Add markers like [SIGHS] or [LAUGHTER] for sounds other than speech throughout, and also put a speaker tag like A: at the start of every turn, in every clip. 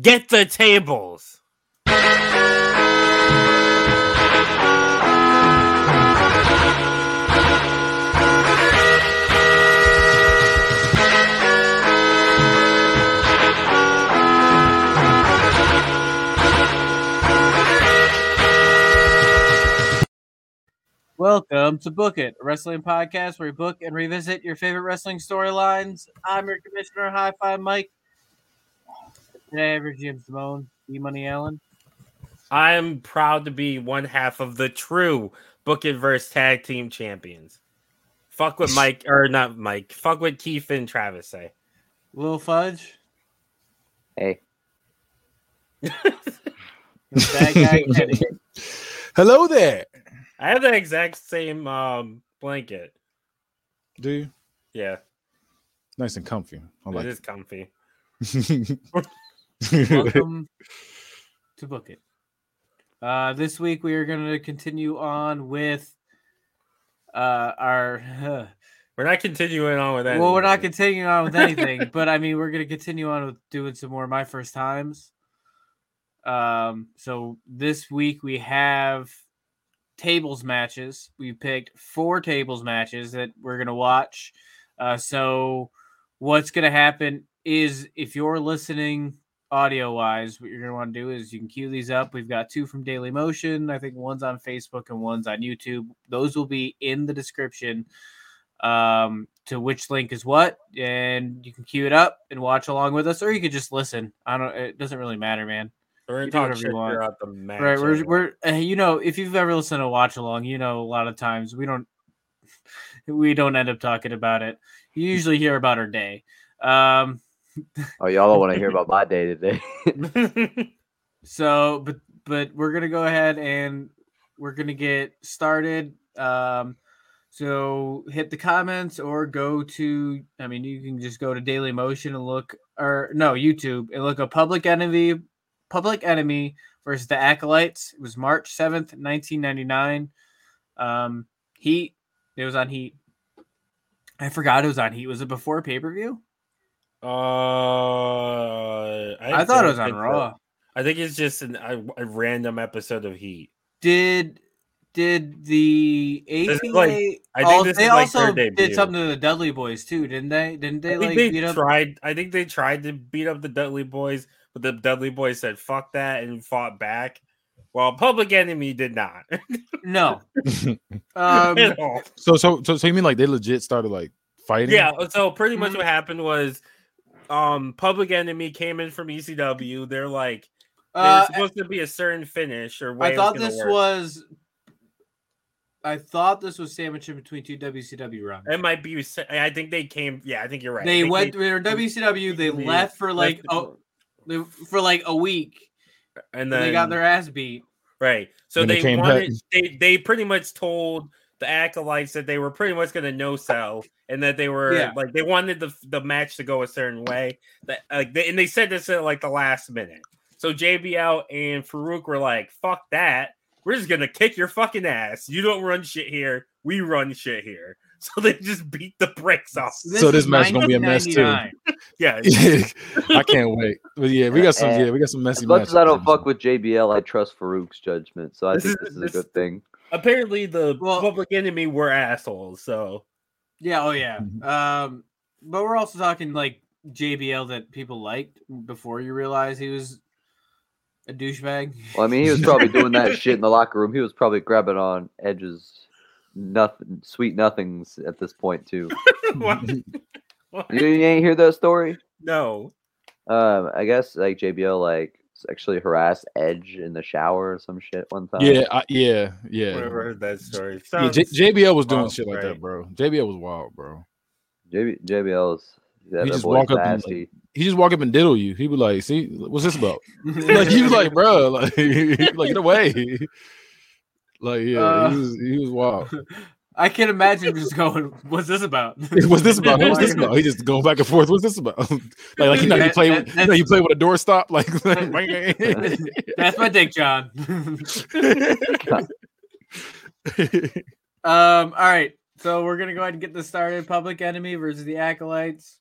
A: Get the tables.
B: Welcome to Book It, a wrestling podcast where we book and revisit your favorite wrestling storylines. I'm your commissioner, High Five Mike. Today, I'm Jim Simone, E Money Allen.
A: I'm proud to be one half of the true Book It verse tag team champions. Fuck what Mike or not Mike. Fuck what Keith and Travis say.
B: Lil Fudge. [LAUGHS]
C: Hey.
B: Bad guy Kenny.
D: Hello there.
A: I have the exact same um blanket.
D: Do you?
A: Yeah,
D: Nice and comfy. I
A: it
D: like
A: is comfy. [LAUGHS]
D: it. [LAUGHS]
B: Welcome to Book It. Uh, this week, we are going to continue on with uh, our.
A: We're not continuing on with that.
B: well, we're not
A: anymore.
B: continuing on with anything, but I mean, we're going to continue on with doing some more of my first times. Um, so this week we have tables matches. We picked four tables matches that we're going to watch. Uh, so what's going to happen is if you're listening audio wise, what you're going to want to do is you can queue these up. We've got two from Daily Motion. I think one's on Facebook and one's on YouTube. Those will be in the description um, to which link is what, and you can queue it up and watch along with us, or you could just listen. I don't. It doesn't really matter, man.
A: We're
B: you
A: gonna talk
B: do whatever you
A: shit
B: want.
A: throughout the match.
B: Right? We're
A: anyway.
B: we're uh, you know if you've ever listened to watch along, you know a lot of times we don't [LAUGHS] we don't end up talking about it. You usually hear about our day. Um,
C: Oh, y'all don't
D: [LAUGHS]
C: want to hear about my day today.
B: So, but but we're gonna go ahead and we're gonna get started. Um, so hit the comments or go to. I mean, you can just go to Daily Motion and look, or no, YouTube and look up Public Enemy, Public Enemy versus the Acolytes. It was March seventh, nineteen ninety nine. Um, Heat. It was on Heat. I forgot it was on Heat. Was it before pay per view?
A: [LAUGHS] uh,
B: I,
A: don't
B: thought it was on
A: think so.
B: Raw.
A: I think it's just an, a, a random episode of Heat.
B: did did the
A: is
B: APA
A: like- I think
B: al-
A: this
B: they
A: is like
B: also
A: their debut.
B: did something to the Dudley boys too, didn't they? Didn't they
A: I
B: like
A: think
B: beat
A: they
B: up
A: tried. I think they tried to beat up the Dudley Boys, but the Dudley Boys said "fuck that" and fought back. Well, Public Enemy did not. [LAUGHS]
B: No. Um
A: At all.
D: so, so, so, so you mean like they legit started like fighting?
A: Yeah. So pretty much
B: Mhm.
A: what happened was, um, Public Enemy came in from ECW. They're like
B: uh,
A: there's supposed to be a certain finish or way
B: I
A: it
B: thought
A: gonna
B: this
A: work.
B: was I thought this was sandwiched in between two WCW runs.
A: It might be. se- I think they came. Yeah, I think you're right. I
B: They
A: think
B: went they, were WCW, they
A: they
B: left for like
A: left the-
B: oh they, for like a week.
A: and
B: and
A: then
B: they got their ass beat.
A: Right. So
D: Then they
A: they,
D: came back.
A: wanted they they pretty much told the acolytes that they were pretty much going to no sell and that they were
B: Yeah.
A: like they wanted the the match to go a certain way. That like they, and they said this at like the last minute. So JBL and Farouk were like, "Fuck that! We're just gonna kick your fucking ass. You don't run shit here. We run shit here." [LAUGHS] So they just beat the brakes off.
D: So this
B: is
D: match gonna be a mess, too.
B: 1999.
A: Yeah,
D: [LAUGHS] [LAUGHS] I can't wait. But yeah, we got some. Yeah, we got some
C: As
D: messy.
C: much as I don't
D: matches.
C: fuck with JBL, I trust Farouk's judgment, so I
A: This
C: think
A: is-
C: this is
A: this-
C: a good thing.
A: apparently the
B: Well-
A: public enemy were assholes. So [LAUGHS]
B: Yeah, oh yeah.
D: Mhm.
B: Um, but we're also talking like JBL that people liked before you realize he was a douchebag.
C: Well, I
D: [LAUGHS]
C: mean, he was probably doing that shit in the locker room. He was probably grabbing on Edge's nothing, sweet nothings at this point too.
D: [LAUGHS]
C: You, you ain't hear that story?
A: no,
C: Um, I guess like JBL like actually harassed Edge in the shower or some shit one time.
D: Yeah, I, yeah, yeah.
A: whoever heard that story.
D: Yeah,
A: Sounds-
D: J- JBL was doing
A: wild,
D: shit like
A: right?
D: that, bro. JBL was wild, bro.
C: JB, JBL's. Yeah,
D: He
C: that
D: just
C: boy's
D: walk up and, like,
C: nasty.
D: He just walk up and diddle you. He be like, "See, what's
A: [LAUGHS]
D: this about?" like he was like, "Bro, like, [LAUGHS] like get away." [LAUGHS] Like yeah,
B: Uh.
D: he was he was wild.
B: [LAUGHS] I can imagine him just going, "What's this about?" [LAUGHS]
D: What's this about? What's this about? He just going back and forth. What's this about? [LAUGHS] like, like you know, you
B: That-
D: play,
B: that-
D: with, you know, you play with a doorstop. Like, [LAUGHS] like
B: That's my dick, John. [LAUGHS] um, all right, so we're gonna go ahead and get this started. Public Enemy versus the Acolytes,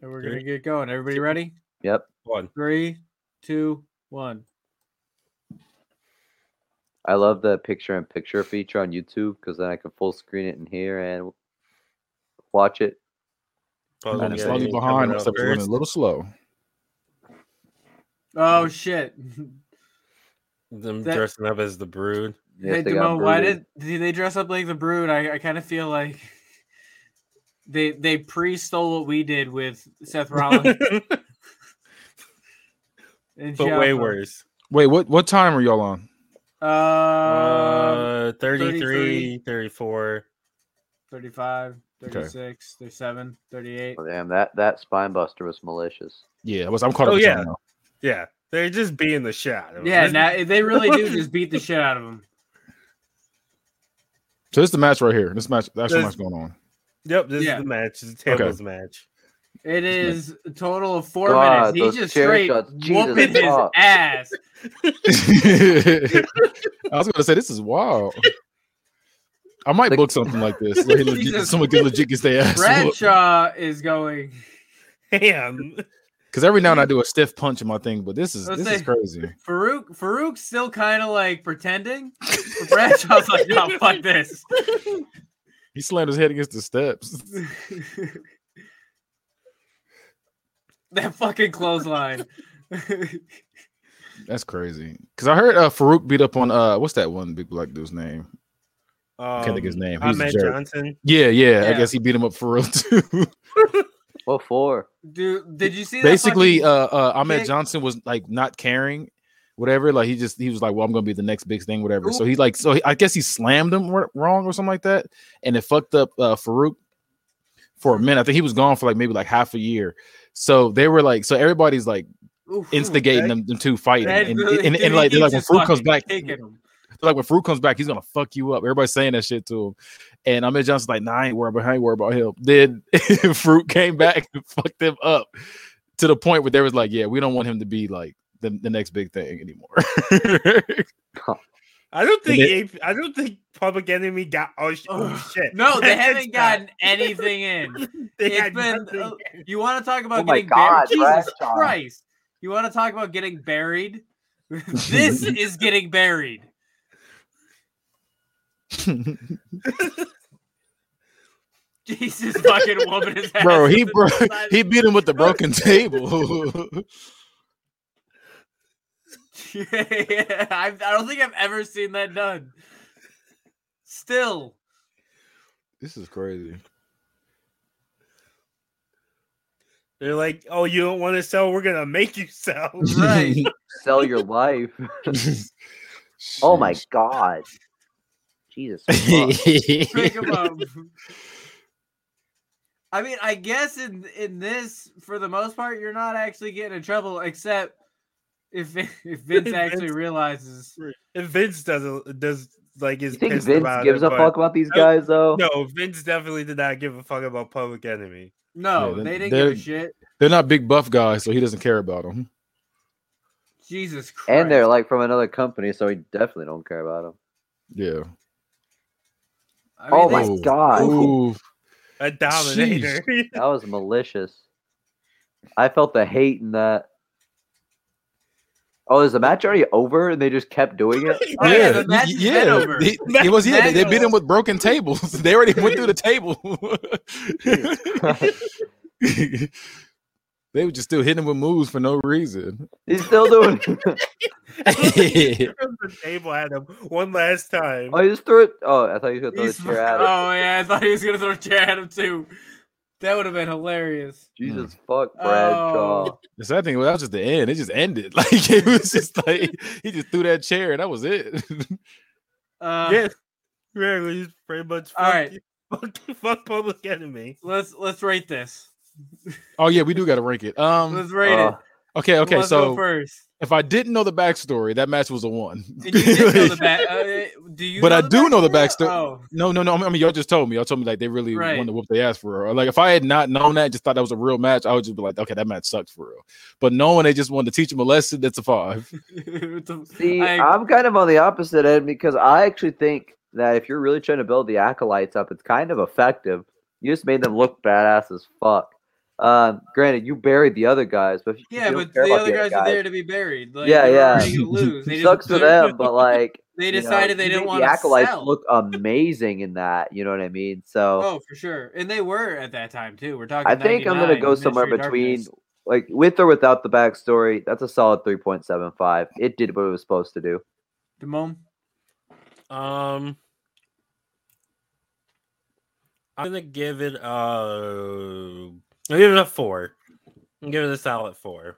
B: and we're gonna get going. Everybody ready?
C: Yep.
A: one.
B: Three, two, one.
C: I love the picture in picture feature on YouTube because then I can full screen it in here and watch it.
D: I'm
A: Puzzle
D: running
C: yeah,
D: slowly
C: you
A: game
D: behind.
A: Oh, coming up
D: Except we're running
A: first.
D: a little slow.
B: Oh shit!
A: Them
B: That-
A: dressing up as the brood.
C: Yes,
B: hey,
C: they got
B: Demo, why
C: brooded.
B: did, did they dress up like the Brood? I, I kind of feel like they they pre stole what we did with
A: [LAUGHS]
B: Seth Rollins.
A: but
B: and
A: way
B: Ciampa.
A: worse.
D: Wait, what what time are y'all on?
B: Um,
A: Uh, 33, 34.
B: 35,
D: Okay.
B: 36, 37, 38.
C: Oh, damn that that spine buster was malicious.
D: Yeah, what's I'm caught up
A: Oh,
D: with y'all
A: yeah.
D: now.
A: Yeah, they're just being the shot.
B: Yeah, now, they really
C: [LAUGHS]
B: do just beat the shit out of him.
D: So this is the match right here. This match, the actual
A: This-
D: match going
A: [LAUGHS]
D: on.
A: Yep, this
B: Yeah.
A: is the match. It's a tables match. [LAUGHS]
B: It is a total of four
C: God,
B: minutes.
C: those
B: He's just
C: chair
B: straight
C: shots. Jesus
B: whooping his
C: fuck.
A: [LAUGHS]
B: ass.
D: I was gonna say this is wild. I might
C: Like-
D: book something like this.
A: [LAUGHS]
D: Where he legit,
B: Jesus.
D: someone can legit gets their ass
B: Bradshaw is going.
A: Damn.
D: because every now and I do a stiff punch in my thing, but this is
B: I was
D: this is
B: saying-
D: crazy.
B: Farouk Farouk's still kind of like pretending. But Bradshaw's like, no, fuck this. [LAUGHS]
D: He slammed his head against the steps.
B: that fucking clothesline. [LAUGHS]
D: That's crazy. Because I heard uh, Farouk beat up on uh, what's that one big black dude's name?
A: Um,
D: can't think of his name. He's a
A: Ahmed
D: jerk.
A: Johnson.
D: Yeah, yeah. I
B: Yeah.
D: guess he beat him up for real [LAUGHS] too.
C: What for?
B: Dude, did you see that?
D: Basically,
B: fucking-
D: uh, uh, Ahmed
B: kick-
D: Johnson was like not caring, whatever. Like he just he was like, well, I'm gonna be the next big thing, whatever. So
B: Oop.
D: he like so he, I guess he slammed him wr- wrong or something like that, and it fucked up uh, Farouk for a minute. I think he was gone for like maybe like half a year. So they were like, so everybody's like
B: Oof.
D: uh, instigating
A: okay.
D: them, them two fighting,
B: That-
D: and,
B: dude,
D: and,
B: [LAUGHS]
D: and,
B: he
D: like they're like when
B: keeps
D: Farouk
B: just
D: comes
B: fucking
D: back,
B: kicking him.
D: They're like when Farouk comes back, he's gonna fuck you up. Everybody's saying that shit to him. And Ahmed Johnson's like, nah, I ain't worried about him, I ain't worried about him. Then [LAUGHS] Farouk came back and [LAUGHS] fucked him up to the point where they was like, Yeah, we don't want him to be like the, the next big thing anymore. [LAUGHS]
A: I don't think
D: And
A: AP, I don't think Public Enemy got oh, sh- oh
B: Ugh.
A: shit. [LAUGHS]
B: No, they
A: That's
B: haven't
A: not-
B: gotten anything in.
A: [LAUGHS] They
B: It's
A: had
B: been-
A: nothing.
B: oh, You want to talk about
C: Oh my
B: getting
C: God,
B: buried? Jesus
C: Bradshaw.
B: Christ! You want to talk about getting buried? [LAUGHS] this is getting buried. [LAUGHS] Jesus fucking woman is
D: bro, he bro, he beat him with the [LAUGHS] broken table.
B: yeah, I, I don't think [LAUGHS] I've ever seen that done. Still,
D: this is crazy.
A: They're like, oh, you don't want to sell? We're gonna make you sell.
D: [LAUGHS]
B: right? [LAUGHS]
C: Sell your life. [LAUGHS]
A: [LAUGHS]
C: [LAUGHS]
D: [LAUGHS]
C: Oh my
D: Sheesh.
C: god.
A: [LAUGHS]
C: Jesus. fuck.
B: Pick 'em up. I mean, I guess in in this, for the most part, you're not actually getting in trouble, except if [LAUGHS] Vin- if Vince actually
A: Vince-
B: realizes.
A: If Vince doesn't does like is
C: You think
A: pissed
C: Vince
A: about
C: gives
A: it,
C: a
A: but-
C: fuck about these
A: I don't-
C: guys though?
A: No, Vince definitely did not give a fuck about Public Enemy.
B: No, they
D: Yeah, they-
B: didn't give a
D: they-
B: shit.
D: They're not big buff guys, so he doesn't care about them.
B: Jesus Christ!
C: And they're like from another company, so we definitely don't care about them.
D: Yeah.
B: I mean,
C: oh
B: they-
C: my
D: Ooh.
C: god,
D: Ooh.
A: A dominator. [LAUGHS]
C: that was malicious. I felt the hate in that. Oh, is the match already over and they just kept doing it?
B: Oh, yeah,
D: yeah,
B: the match has been
D: yeah.
B: over. [LAUGHS]
D: They- it was yeah. They, they beat
B: Manual.
D: him with broken tables. [LAUGHS] They already went through the table. [LAUGHS]
B: [LAUGHS]
D: they were just still hitting him with moves for no
B: [LAUGHS]
D: reason.
C: [LAUGHS] He's still doing it.
A: Threw the table at him one last time.
C: Oh, he just threw it. Oh, I thought you was going to
B: He's-
C: throw the
B: [LAUGHS]
C: chair at him.
B: oh yeah, I thought he was gonna throw a chair at him too. That would have been hilarious.
C: Jesus fuck, Bradshaw.
B: Oh.
D: The sad thing was that was just the end. It just ended. [LAUGHS] Like it was just like he just threw that chair and that was it. [LAUGHS]
B: Uh,
A: yeah, really, he's pretty much. Fuck,
B: All right.
A: [LAUGHS] fuck, fuck Public Enemy.
B: Let's let's rate this.
D: oh yeah, we do got to rank it. Um.
B: Let's rate
C: Uh,
B: it.
D: Okay. Okay.
B: Let's go
D: So [LAUGHS]
B: first.
D: if I didn't know the backstory, that match was a one.
B: And you did know the back. uh, do you?
D: But
B: know
D: I
B: the
D: do know the
B: backstory?
D: backsto- No, no, no. I mean- I mean, y'all just told me. Y'all told me like they really
B: Right.
D: wanted to whoop their ass for real. Like if I had not known that, just thought that was a real match, I would just be like, okay, that match sucked for real. But knowing they just wanted to teach him a lesson, that's a five.
B: Oh. It's a-
C: [LAUGHS] See,
B: I-
C: I, am kind of on the opposite end because I actually think that if you're really trying to build the acolytes up, it's kind of effective. You just made them look badass as fuck. Um, granted, you buried the other guys, but if you
B: Yeah,
C: don't
B: but
C: care
B: the
C: about
B: other guys, are there to be buried. Like,
C: Yeah,
B: they're
C: yeah.
B: already gonna
C: [LAUGHS]
B: lose. They just-
C: sucks for them, but like
B: [LAUGHS] They
C: you know,
B: decided they
C: you
B: didn't
C: made
B: want
C: the
B: to
C: acolytes
B: sell.
C: look amazing in that. You know what I mean? So
B: oh, for sure, and they were at that time too. We're talking.
C: I think I'm gonna
B: 99,
C: go somewhere
B: Ministry of
C: between
B: Darkness.
C: like with or without the backstory. That's a solid three point seven five. It did what it was supposed to do.
B: Damone.
A: Um, I'm gonna give it a. I'll give it a four. I'm giving it a solid four.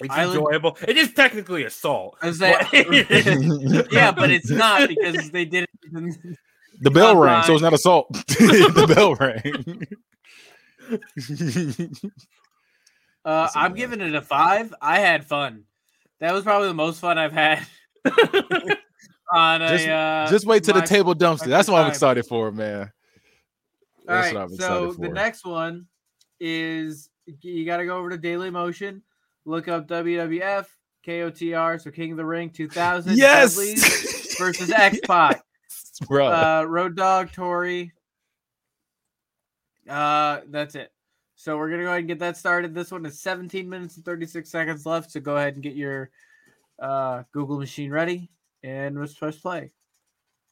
A: It's
B: Island-
A: enjoyable. It is technically assault.
B: I was like- [LAUGHS]
D: [LAUGHS]
A: but-
B: [LAUGHS]
C: [LAUGHS]
B: yeah, but it's not because they did. It. [LAUGHS]
D: The bell
B: Bye-bye.
D: rang, so it's not assault. [LAUGHS] the bell [LAUGHS] rang.
B: Uh,
D: That's
B: I'm
D: annoying.
B: giving it a five. I had fun. That was probably the most fun I've
D: [LAUGHS]
B: had on a. uh,
D: Just wait till the
B: my-
D: table dumpster.
B: my
D: That's what I'm
B: time.
D: excited for, man.
B: All
D: That's
B: right,
D: what I'm
B: so
D: excited
B: the
D: for.
B: next one is you got to go over to Daily Motion, look up WWF KOTR, so King of the Ring 2000. Dudleys
D: [LAUGHS] yes,
B: versus X Pac, [LAUGHS]
D: bro.
C: Oh.
B: uh, Road Dog Tory. Uh, that's it. So we're gonna go ahead and get that started. This one is 17 minutes and 36 seconds left. So go ahead and get your uh, Google machine ready, and let's press play.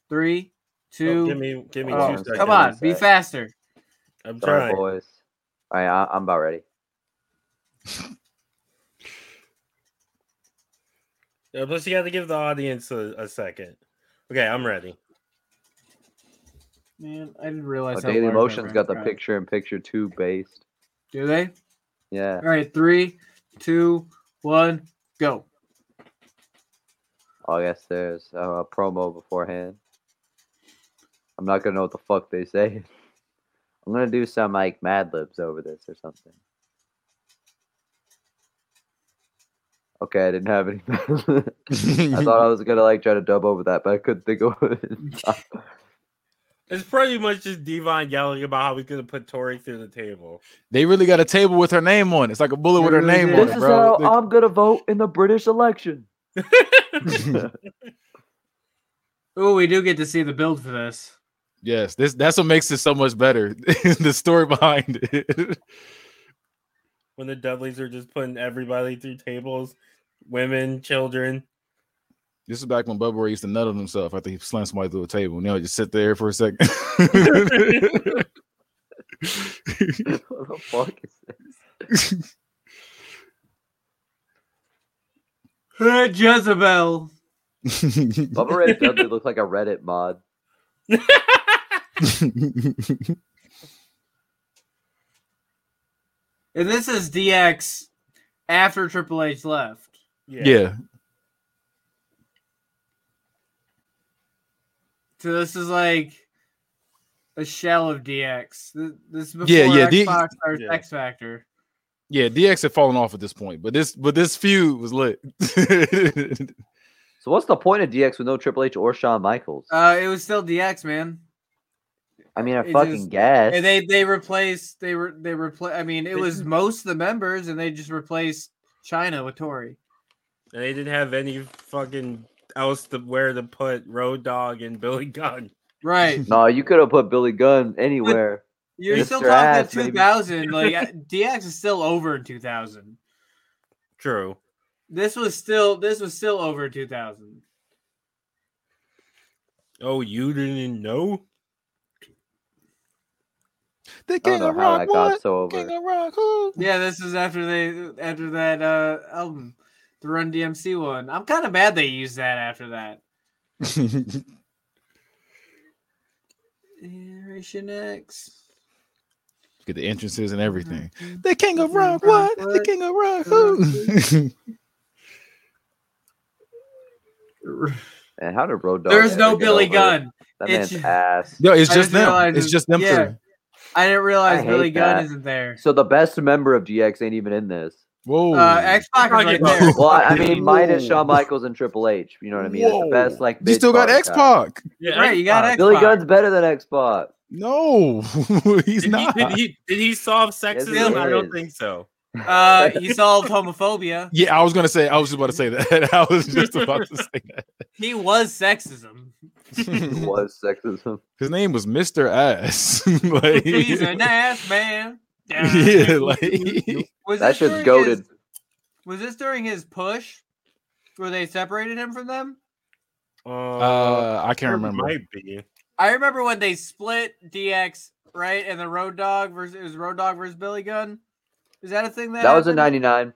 B: Three,
A: Oh,
B: two.
A: give me, give me two
B: oh,
A: seconds.
B: come on, be
C: Sorry.
B: faster.
A: I'm
C: Sorry,
A: trying.
C: boys. All right, I, I'm about ready.
A: Yeah, Plus, you got to give the audience a, a second. Okay, I'm ready.
B: Man, I didn't realize.
C: Oh,
B: how
C: Daily
B: large my
C: Motion's
B: brain
C: got the
B: got.
C: picture and picture two based.
B: Do they?
C: Yeah.
B: All right, three, two, one, go.
C: Oh yes, there's uh, a promo beforehand. I'm not gonna know what the fuck they say. [LAUGHS] I'm gonna do some like Mad Libs over this or something. Okay, I didn't have any. [LAUGHS] Mad Lib-
B: [LAUGHS]
C: I thought I was gonna like try to dub over that, but I couldn't think of it.
A: It's pretty much just Devon yelling about how he's gonna put Tori through the table.
D: they really got a table with her name on it. It's like a bullet
B: They
D: with her
B: really
D: name
B: did.
D: on
C: [LAUGHS] this
D: it,
C: is
D: bro.
C: how I'm gonna vote in the British election.
B: [LAUGHS]
C: [LAUGHS]
B: Oh, we do get to see the build for this.
D: yes, this that's what makes it so much better. [LAUGHS] the story behind [LAUGHS] it.
A: When the Dudleys are just putting everybody through tables, women, children.
D: This is back when Bubba Ray used to nut on himself after he slammed somebody through a table. Now just sit there for a [LAUGHS] second.
C: what the fuck is this?
B: Uh, Jezebel.
C: Bubba Ray Dudley looks like a Reddit mod.
B: And this is DX after Triple H left.
D: yeah.
B: So this is like a shell of DX. Th- This is before
D: Yeah, yeah, D-
B: Xbox starts
A: yeah.
B: X Factor.
D: Yeah, DX had fallen off at this point, but this but this feud was lit. [LAUGHS]
C: So what's the point of DX with no Triple H or Shawn Michaels?
B: Uh, it was still DX, man.
C: I mean, I
B: it
C: fucking
B: just-
C: guess.
B: And they they replaced they were they replaced. I mean, it was most of the members, and they just replaced China with Tori.
A: And they didn't have any fucking else to where to put Road Dog and Billy [LAUGHS] Gunn.
D: [LAUGHS]
B: Right.
C: No, you could have put Billy Gunn anywhere.
B: You're still
C: Mr.
B: talking
C: Ass, maybe.
B: 2000. Like [LAUGHS] uh, DX is still over in 2000.
A: True.
B: This was still this was still over 2000.
A: Oh, you didn't know?
D: the
C: I don't
D: King
C: know
D: of
C: how that
D: Rock
C: got
D: what?
C: so
D: King
C: over.
D: of Rock [LAUGHS] who?
B: Yeah, this is after they after that uh album, the Run DMC one. I'm kind of mad they used that after that. Generation X.
D: Get the entrances and everything.
B: Mhm.
D: Mm-hmm. The
B: King
D: King of
B: of
D: Rock what?
B: Rock
D: The
B: what?
D: King of Rock who?
B: Who?
C: And how did Road Dogg?
B: There's
C: ever
B: no
C: get
B: Billy
C: over?
B: Gunn.
C: That
B: It's-
C: man's ass.
D: [LAUGHS] Yo, it's
B: I
D: just
B: just
D: them.
B: realized
D: It's
B: it-
D: just them
B: yeah.
D: three.
B: I didn't realize
C: I hate
B: Billy
C: that.
B: Gunn isn't there.
C: So the best member of DX ain't even in this.
D: Whoa.
B: Uh, X Pac is
A: Talking
B: right
A: about-
B: there.
C: Well, I I mean, minus
D: Whoa.
C: Shawn Michaels and Triple H. You know what I mean? It's the
D: Whoa.
C: best like.
D: you still got
C: mid-card
D: X Pac.
A: Yeah,
B: Right, you got
A: Xbox.
B: X-
C: Billy
B: Pac.
C: Gunn's better than X
D: [LAUGHS]
C: Pac.
D: No, [LAUGHS] he's
A: Did he,
D: not.
A: did, he, did he solve sexism?
C: Yes, he
A: I
C: is.
A: don't think so.
C: [LAUGHS]
B: Uh, he solved homophobia.
D: yeah, I was gonna say. I was just about to say that. [LAUGHS] I was just about to say
B: He was sexism.
C: It
D: that. [LAUGHS]
C: was sexism.
D: His name was Mister Ass. [LAUGHS] like, [LAUGHS]
B: He's an ass man.
D: yeah, like
B: Was
C: That
B: this
C: shit's
B: during
C: goaded.
B: his- was this during his push where they separated him from them?
D: uh, I can't
A: it
D: remember.
A: Might be.
B: I remember when they split DX, right? And the Road Dog versus it was Road Dog versus Billy Gunn. Is that a thing that
C: That was in '99.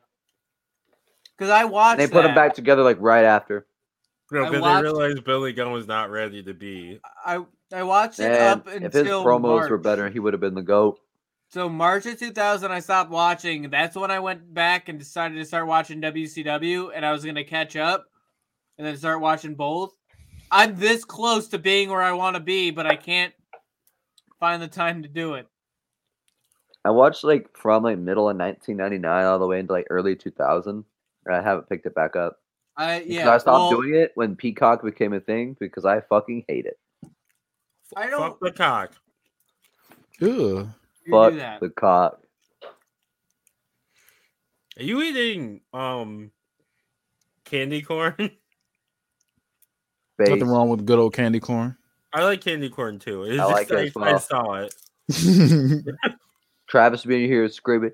B: Because I watched.
C: They put
B: that.
C: them back together like right after.
A: No,
B: I
A: because
B: watched-
A: they realized Billy Gunn was not ready to be.
B: I I watched it
C: And
B: up until
C: if his promos were
B: March.
C: better, he would have been the goat.
B: So March of 2000, I stopped watching. That's when I went back and decided to start watching WCW, and I was going to catch up and then start watching both. I'm this close to being where I want to be, but I can't find the time to do it.
C: I watched like from like middle of 1999 all the way into like early 2000. and I haven't picked it back up.
B: I
C: Because
B: yeah,
C: I stopped
B: well,
C: doing it when Peacock became a thing because I fucking hate it.
B: I don't-
A: Fuck the cock.
D: Ugh.
B: you
C: Fuck
B: do that.
C: the cock.
A: Are you eating um candy corn? [LAUGHS]
C: Base.
D: Nothing wrong with good old candy
C: [LAUGHS]
D: corn.
A: I like candy corn too. It's
C: I
A: just
C: like it as
A: like, I
C: well.
A: saw it.
C: Travis being here screaming,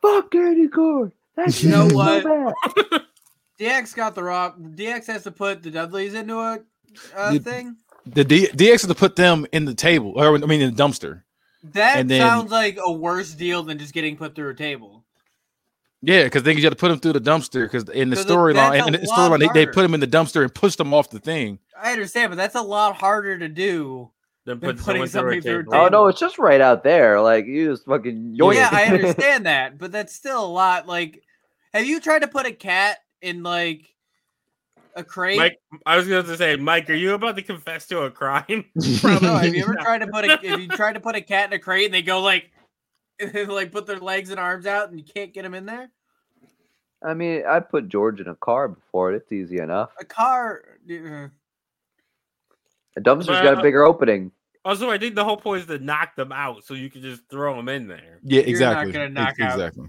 C: "Fuck Dirty Gore." That's
D: You know
B: what? [LAUGHS]
C: So
B: DX got the rock. DX has to put the Dudleys into a uh,
D: You-
B: thing.
D: the D- DX is to put them in the table, or I mean, in the dumpster.
B: That
D: and then-
B: sounds like a worse deal than just getting put through a table.
D: Yeah, because then you got to put them through the dumpster. Because in the
B: So that-
D: storyline,
B: that's
D: in
B: a
D: the
B: lot
D: storyline, they, they put
B: harder.
D: them in the dumpster and push them off the thing.
B: I understand, but that's a lot harder to do.
A: Then
B: They're
A: put
B: putting
A: someone through a
B: somebody through a
A: table.
C: bad. Oh
B: table.
C: no, it's just right out there. Like you just fucking. Yoink.
B: Yeah,
D: [LAUGHS]
B: I understand that, but that's still a lot. Like, have you tried to put a cat in like a crate?
A: Mike, I was going to say, Mike, are you about to confess to a crime? [LAUGHS]
B: no, have you ever tried to put a if you tried to put a cat in a crate and they go like [LAUGHS] and they, like put their legs and arms out and you can't get them in there?
C: [LAUGHS] I mean, I put George in a car before it. It's easy enough.
B: A car uh,
C: A dumpster's got
A: Well-
C: a bigger opening.
A: Also, I think the whole point is to knock them out so you can just throw them in there.
D: Yeah,
B: not
D: exactly.
B: gonna
D: Ex-
B: knock out-
D: exactly.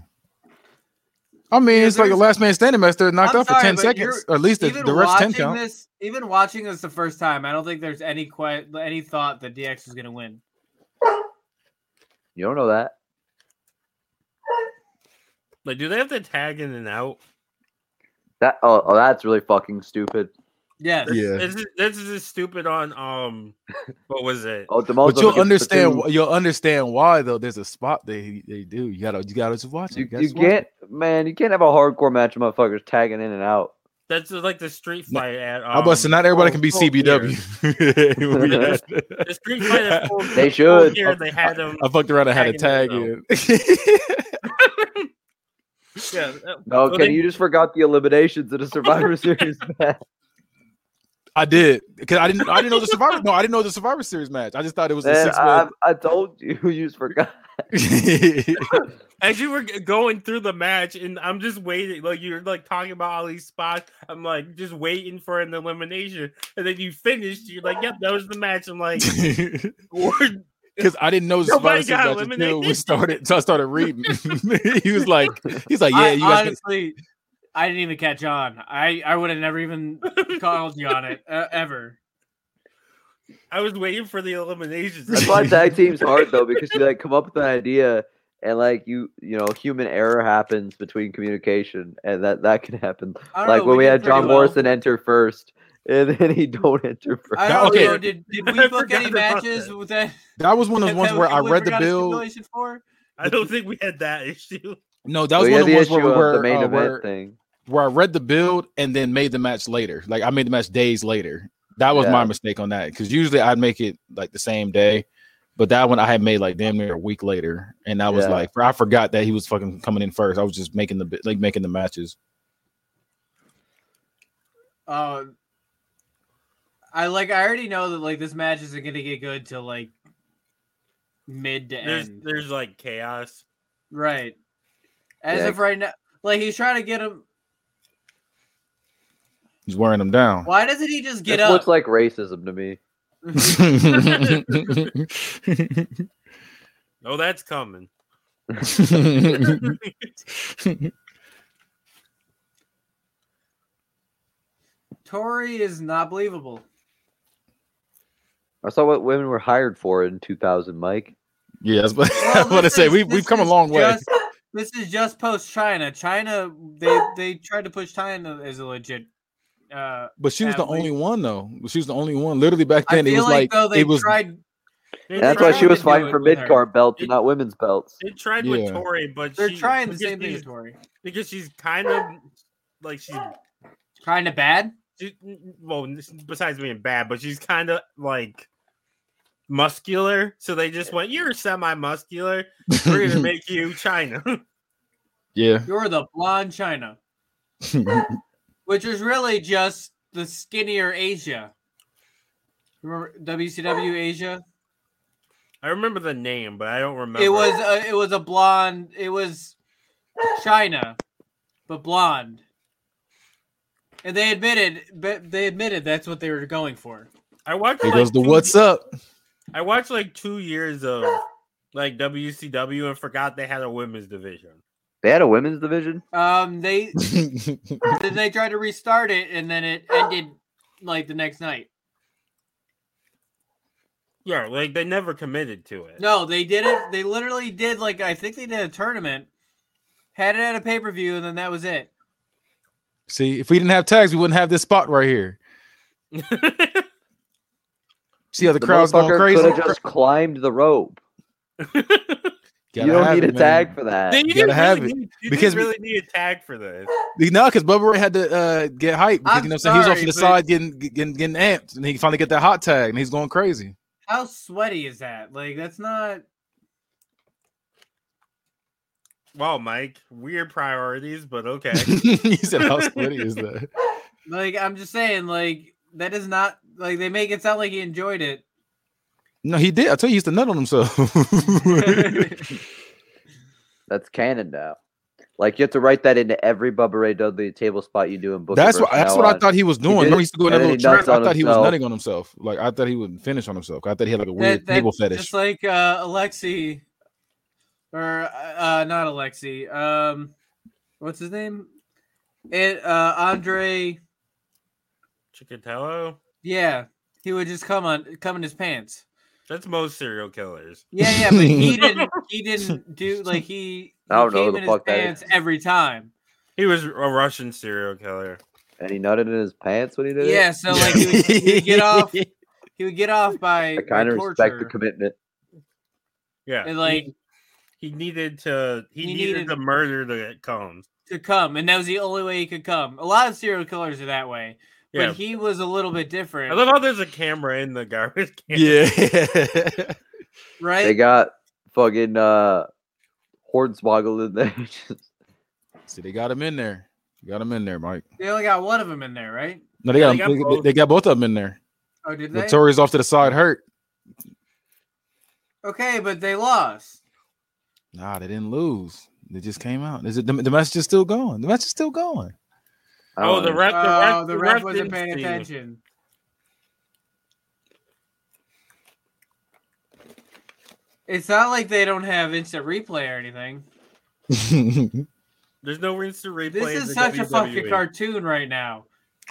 D: I mean,
B: Yeah,
D: it's like a
B: there's-
D: last man standing match. They're knocked
B: I'm
D: out for
B: sorry,
D: ten
B: but
D: seconds, or at least the,
B: even
D: the rest ten
B: watching
D: count.
B: this even watching this the first time, I don't think there's any quite any thought that DX is gonna win.
C: You don't know that.
A: Like, do they have to tag in and out?
C: That oh, oh that's really fucking stupid.
B: Yes.
D: Yeah.
A: This is this is just stupid on um what was it?
C: Oh, the
D: But
C: most
D: you'll understand. wh- You'll understand why though. There's a spot they they do. You gotta you gotta just watch it.
C: You,
D: gotta
C: you
D: just watch
C: can't, man. You can't have a hardcore match of motherfuckers tagging in and out.
A: That's just like the street
D: No,
A: fight at um,
D: I must say, not everybody can be
A: oh, oh, here.
D: [LAUGHS] CBW.
A: The street fight at full,
C: They
A: Full
C: should.
A: Gear, they had them.
D: I fucked around. I had a tag
A: Tagging
D: in. [LAUGHS]
A: Yeah, uh,
C: No,
A: So
C: Kenny,
A: they-
C: you just forgot the eliminations in a Survivor Series match.
D: I did because I didn't. I didn't know the survivor. No, I didn't know the Survivor Series match. I just thought it was a
C: Man,
D: six
C: I, I told you, [LAUGHS] you just forgot.
D: man.
A: as you were g- going through the match, and I'm just waiting. Like you're like talking about all these spots. I'm like just waiting for an elimination, and then you finished. You're like, "Yep, that was the match." I'm
D: [LAUGHS]
A: like,
B: [LAUGHS]
A: "Ward,
D: Because I didn't know the
A: Nobody
D: Survivor Series
A: got
D: match until we
A: eliminated.
D: started. So I
B: [LAUGHS]
D: started reading. [LAUGHS] he was like, he's like, yeah,
B: I
D: you guys. got-
B: honestly, I didn't even catch on. I I would have never even called you on it uh, ever.
A: I was waiting for the eliminations."
C: That's why tag teams hard though, because you like come up with an idea and like you, you know, human error happens between communication, and that that can happen.
B: I don't
C: Like
B: know,
C: when we
B: did
C: had
B: pretty
C: John
B: well.
C: Morrison enter first, [LAUGHS] and then he don't enter first.
B: I don't
D: Okay.
B: know. Did, did
D: [LAUGHS]
B: we
A: I
B: book
A: forgot
B: any
A: about
B: matches
A: that.
B: with that? [LAUGHS]
D: That was one of
B: that
D: the ones
B: we-
D: where I
B: we
D: read the
B: forgot a
D: bill.
B: stipulation For?
A: [LAUGHS] I don't think we had that issue.
D: No, that was
C: we
D: one
C: had
D: of the
C: the
D: ones
C: issue
D: where,
C: of
D: where,
C: the main
D: uh,
C: event
D: where,
C: thing.
D: where I read the build and then made the match later. Like I made the match days later. That was my
C: Yeah.
D: mistake on that because usually I'd make it like the same day, but that one I had made like damn near a week later, and I was
C: Yeah.
D: like, I forgot that he was fucking coming in first. I was just making the bi- like making the matches.
B: Uh, I like. I already know that like this match isn't gonna get good till like mid to
A: There's
B: end.
A: there's like chaos.
B: Right. As
C: Yeah.
B: if right now, like he's trying to get him.
D: He's wearing them down.
B: Why doesn't he just get
C: This
B: up?
C: looks like racism to me.
A: Oh, that's coming.
D: [LAUGHS]
B: [LAUGHS] Tori is not
D: [LAUGHS]
B: believable.
C: I saw what women were hired for in 2000, Mike.
D: Yeah, that's what [LAUGHS]
B: Well,
D: I was going to
B: this
D: say.
B: is-
D: We, we've
B: this
D: come a
B: is
D: long way.
B: just- This is just post China. China, they they tried to push China as a legit. Uh,
D: But she was the
B: Sadly.
D: only one, though. She was the only one. Literally back then,
B: I
D: it
B: feel
D: was
B: like,
D: like,
B: though they
D: it was.
B: tried.
A: They
C: And that's why
B: tried
A: tried
C: she was
B: to do
A: with-
C: fighting
B: it
C: for
B: with her.
C: mid card belts
A: It-
C: and not women's belts.
A: They tried with
D: Yeah.
A: Tori, but
B: They're
A: she-
B: trying the
A: because
B: same thing
A: she's-
B: as Tori.
A: because she's kind of like she's
B: Trying to bad.
A: she, well, besides being bad, but she's kind of like muscular. So they just went, "You're semi-muscular. We're
D: [LAUGHS]
A: gonna make you China." [LAUGHS]
B: [LAUGHS]
D: yeah.
B: You're the blonde China,
D: [LAUGHS]
B: which is really just the skinnier Asia. Remember WCW Asia?
A: I remember the name, but I don't remember.
B: It was a, it was a blonde. It was China, but blonde. And they admitted, but they admitted that's what they were going for.
A: I watched.
D: Here
A: like,
D: goes the
A: two-
D: what's up. [LAUGHS]
A: I watched like two years of like WCW and forgot they had a women's division.
C: They had a women's division.
B: Um, they then they tried to restart it, and then it ended like the next night.
A: Yeah, like they never committed to it.
B: No, they did it. They literally did like I think they did a tournament, had it at a pay per view, and then that was it.
D: See, if we didn't have tags, we wouldn't have this spot
B: [LAUGHS]
D: right here. See how the,
C: The
D: crowd's going crazy.
C: could have just climbed the rope.
D: Gotta
C: you don't
D: have
C: need
D: it,
C: a
D: man.
C: tag for that.
A: They
D: You gotta have it,
A: Need, you
D: because
A: because
D: we-
A: really need a tag for this.
D: No, because Bubba Ray had to uh, get hype. Because,
B: I'm
D: you know, what I'm saying? he was off to the
B: sorry, but-
D: side getting, getting getting amped, and he finally got that hot tag, and he's going crazy.
B: How sweaty is that? Like that's not.
A: Wow, Mike, weird priorities, but okay.
D: [LAUGHS] he said, "How sweaty is that?"
B: [LAUGHS] Like I'm just saying, like that is not like they make it sound like he enjoyed it.
D: No, he did. I tell you, he used to nut on himself. [LAUGHS]
B: [LAUGHS]
C: That's canon now. Like you have to write that into every Bubba Ray Dudley table spot you do in book.
D: that's what that's what I thought he was doing.
C: did,
D: Remember, he used to go in that
C: and then
D: little
C: he nuts
D: trap. I
C: on
D: thought he was
C: himself.
D: nutting on himself. Like I thought he would finish on himself. I thought he had like a weird
B: That, that
D: table
B: just
D: fetish.
B: like uh, Alexi, or uh, uh, not Alexi. Um, what's his name? It uh, Andre.
A: Chikatilo.
B: Yeah, he would just come on, come in his pants.
A: That's most serial killers.
B: Yeah, yeah,
A: [LAUGHS]
B: but he didn't. He didn't do like he.
C: I
B: he
C: don't know who
B: came
C: the
B: in
C: fuck
B: his
C: that
B: pants every time.
A: He was a Russian serial killer.
C: And he nutted in his pants when he did
B: Yeah,
C: it.
B: so like he would, he would
A: [LAUGHS]
B: get off. He would get off by,
C: I
B: by
C: kind of respect the
B: torture.
C: commitment.
A: Yeah,
B: And like
A: he, he needed to. He,
B: He
A: needed,
B: needed-
A: the murder that comes.
B: to come, and that was the only way he could come. A lot of serial killers are that way,
A: Yeah,
B: but he was a little bit different,
A: I love how there's a camera in the garbage can.
D: Yeah,
B: right?
C: They got fucking uh hornswoggled in there. [LAUGHS]
D: see, they got him in there. Got him in there, Mike.
B: They only got one of them in there, right?
D: No, they
A: Yeah,
D: got,
A: they got
D: him, they-
A: both.
D: they got both of them in there.
B: Oh, did they?
D: But Tori's off to the side, hurt.
B: okay, but they lost.
D: Nah, they didn't lose. They just came out. Is it the, the match is still going? The match is still going.
C: I
A: Oh,
C: don't
A: the
C: know.
A: ref. The ref,
B: Oh, the ref wasn't
A: didn't
B: paying
A: see.
B: attention. It's not like they don't have instant replay or anything.
A: There's no instant replay.
B: This
A: in
B: is
A: the E.
B: such a
A: WWE.
B: fucking cartoon right now.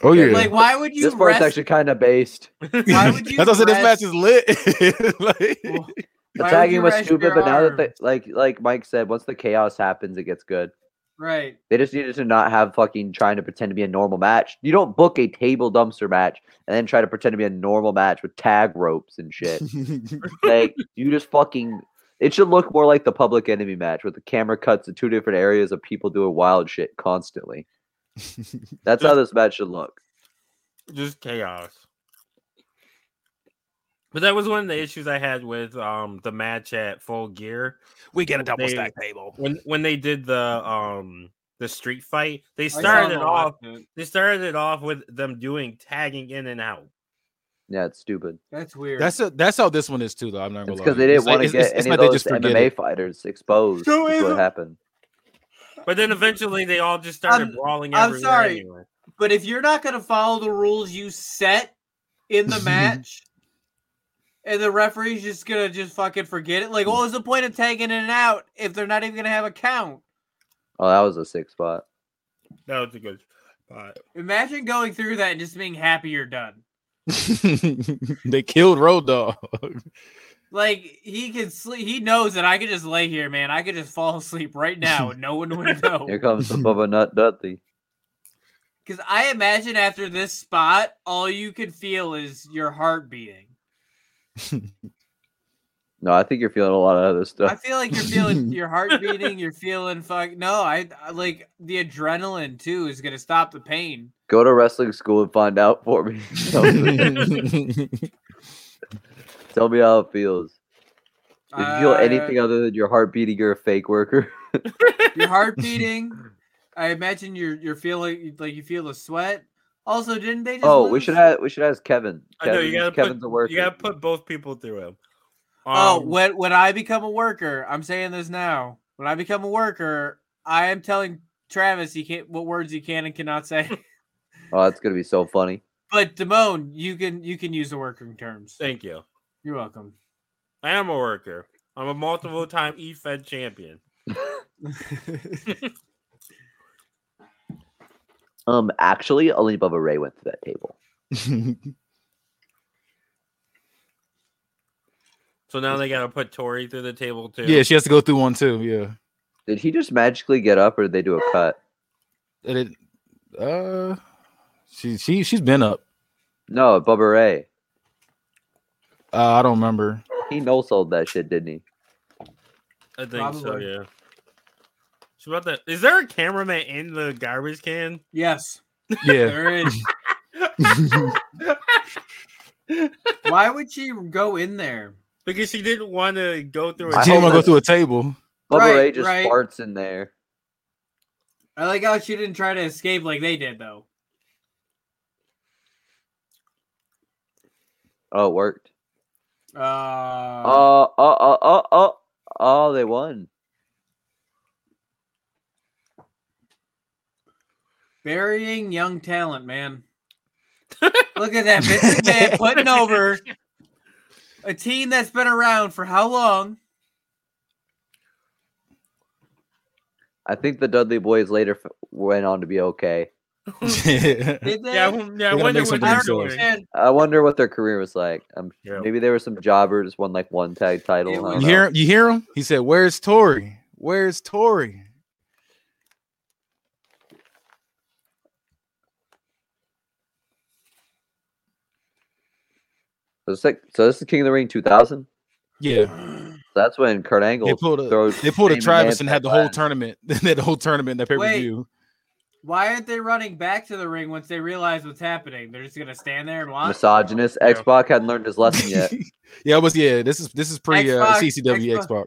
D: oh yeah.
B: Like, why would you
C: This part's
B: rest?
C: actually kind of based.
B: why
D: [LAUGHS]
B: would you
D: That's why I said this match
B: rest-
D: is lit. [LAUGHS] Like-
C: The
B: Why would you
C: tagging was
B: rest
C: stupid,
B: your
C: but now that they,
B: arms?
C: like like Mike said, once the chaos happens, it gets good.
B: right?
C: They just needed to not have fucking trying to pretend to be a normal match. You don't book a table dumpster match and then try to pretend to be a normal match with tag ropes
D: [LAUGHS]
C: and [LAUGHS] shit. like you just fucking it should look more like the public enemy match where the camera cuts to two different areas of people doing wild shit
D: [LAUGHS]
C: constantly. That's how this match should look.
A: just chaos. But that was one of the issues I had with um the match at Full Gear
D: we get a
A: double They- stack
D: table.
A: when when they did the um the street fight. They
B: I saw
A: started it
B: them
A: off.
B: watch it.
A: They started it off with them doing tagging in and out.
C: Yeah, it's stupid.
B: That's weird.
D: That's a, that's how this one is too, though. I'm not gonna
C: It's
D: lie.
C: because they didn't
D: like-
C: want to
D: it's-
C: get
D: it's- it's
C: any
D: like
C: of
D: they
C: those
D: just forget
C: MMA
D: it.
C: fighters exposed.
B: So
C: is
B: is
C: what
B: it-
C: happened.
A: But then eventually they all just started
B: I'm-
A: brawling
B: I'm
A: everywhere.
B: sorry.
A: Anyway.
B: But if you're not going to follow the rules you set in the match, and the referee's just going to just fucking forget it, like, what was the point of tagging in and out if they're not even going to have a count?
C: Oh, that was a sick spot.
A: That was a good spot.
B: Imagine going through that
D: [LAUGHS]
B: and just being happy you're done.
C: [LAUGHS]
D: they killed Road Dog.
B: Like he could sleep. He knows that I could just lay here, man. I could just fall asleep right now, and no one would
C: [LAUGHS]
B: know.
C: Here
D: [LAUGHS]
C: comes the Bubba Nut Dudley.
B: Because I imagine after this spot, all you could feel is your heart beating.
C: No, I think you're feeling a lot of other
B: I
C: stuff.
B: feel like you're
C: [LAUGHS]
B: feeling your heart beating. You're feeling fuck. No, I, I like the adrenaline too is gonna stop the pain.
C: Go to wrestling school and find out for me. [LAUGHS] tell,
D: [LAUGHS]
C: me tell me how it feels. If you feel
B: Uh,
C: anything other than your heart beating, you're a
A: [LAUGHS]
C: fake worker.
B: Your
C: [LAUGHS]
B: heart beating. I imagine you're you're feeling like you feel the sweat. Also, didn't they? Just
C: oh, we
B: lose?
C: should have we should ask Kevin.
A: I know,
C: Kevin
A: you gotta put-
C: Kevin's a worker.
A: You gotta put both people through him.
B: Oh,
A: Um,
B: when when I become a worker, I'm saying this now. When I become a worker, I am telling Travis he can't what words he can and cannot say.
C: Oh, that's gonna be so funny.
B: but Damone, you can you can use the working terms.
A: Thank you.
B: You're welcome.
A: I am a worker. I'm a multiple time E Fed champion.
C: Um, actually, only Bubba Ray went to that table.
A: So now they gotta put Tori through the table too.
D: yeah, she has to go through one too. Yeah.
C: Did he just magically get up, or did they do a cut?
D: And it, uh, she she she's been up.
C: No, Bubba Ray.
D: Uh, I don't remember.
C: He no sold that shit, didn't he?
A: I think so.
B: Probably.
A: Yeah. She about to, is there a cameraman in the garbage can?
B: Yes,
D: Yeah.
B: there is. Why would she go in there?
A: Because she didn't want to go through.
C: I
D: she didn't want
C: hope
D: to go
C: that-
D: through a table. [LAUGHS]
C: Bubba
B: Right,
C: Ray just
B: right.
C: farts in there.
B: I like how she didn't try to escape like they did though.
C: Oh, it worked.
B: Uh,
C: Oh, oh, oh, oh, oh, oh, they won.
B: burying young talent,
D: [LAUGHS]
B: man. Look at that Vince McMahon putting over a team that's been around for how long?
C: I think the Dudley boys later f- went on to be okay.
D: yeah.
B: Did they?
A: Yeah, I won- yeah, I
D: They're gonna
A: wonder
D: make some
A: what they're
D: big
A: doing.
D: sales.
B: Man,
C: I wonder what their career was like. Um,
A: Yeah.
C: Maybe there were some jobbers won like one tag title.
B: It
C: I
B: was-
C: don't
D: You
C: know.
D: hear him? You hear him? He said, "Where's Tori? Where's Tori?"
C: So, it's like, so this is King of the Ring 2000.
D: Yeah.
C: That's when Kurt Angle
D: They pulled a
C: throws
D: they pulled a
C: Shane
D: Travis
C: McMahon
D: and
C: back
D: had the whole
C: last.
D: tournament. [LAUGHS] They had the whole tournament in that pay per view.
B: Why aren't they running back to the ring once they realize what's happening? They're just gonna stand there and watch.
C: Misogynist
A: Yeah.
C: X Pac hadn't learned his lesson
D: [LAUGHS]
C: yet.
D: yeah, it was yeah. This is this is pre uh,
B: Xbox,
D: CCW
B: Xbox.
D: Xbox.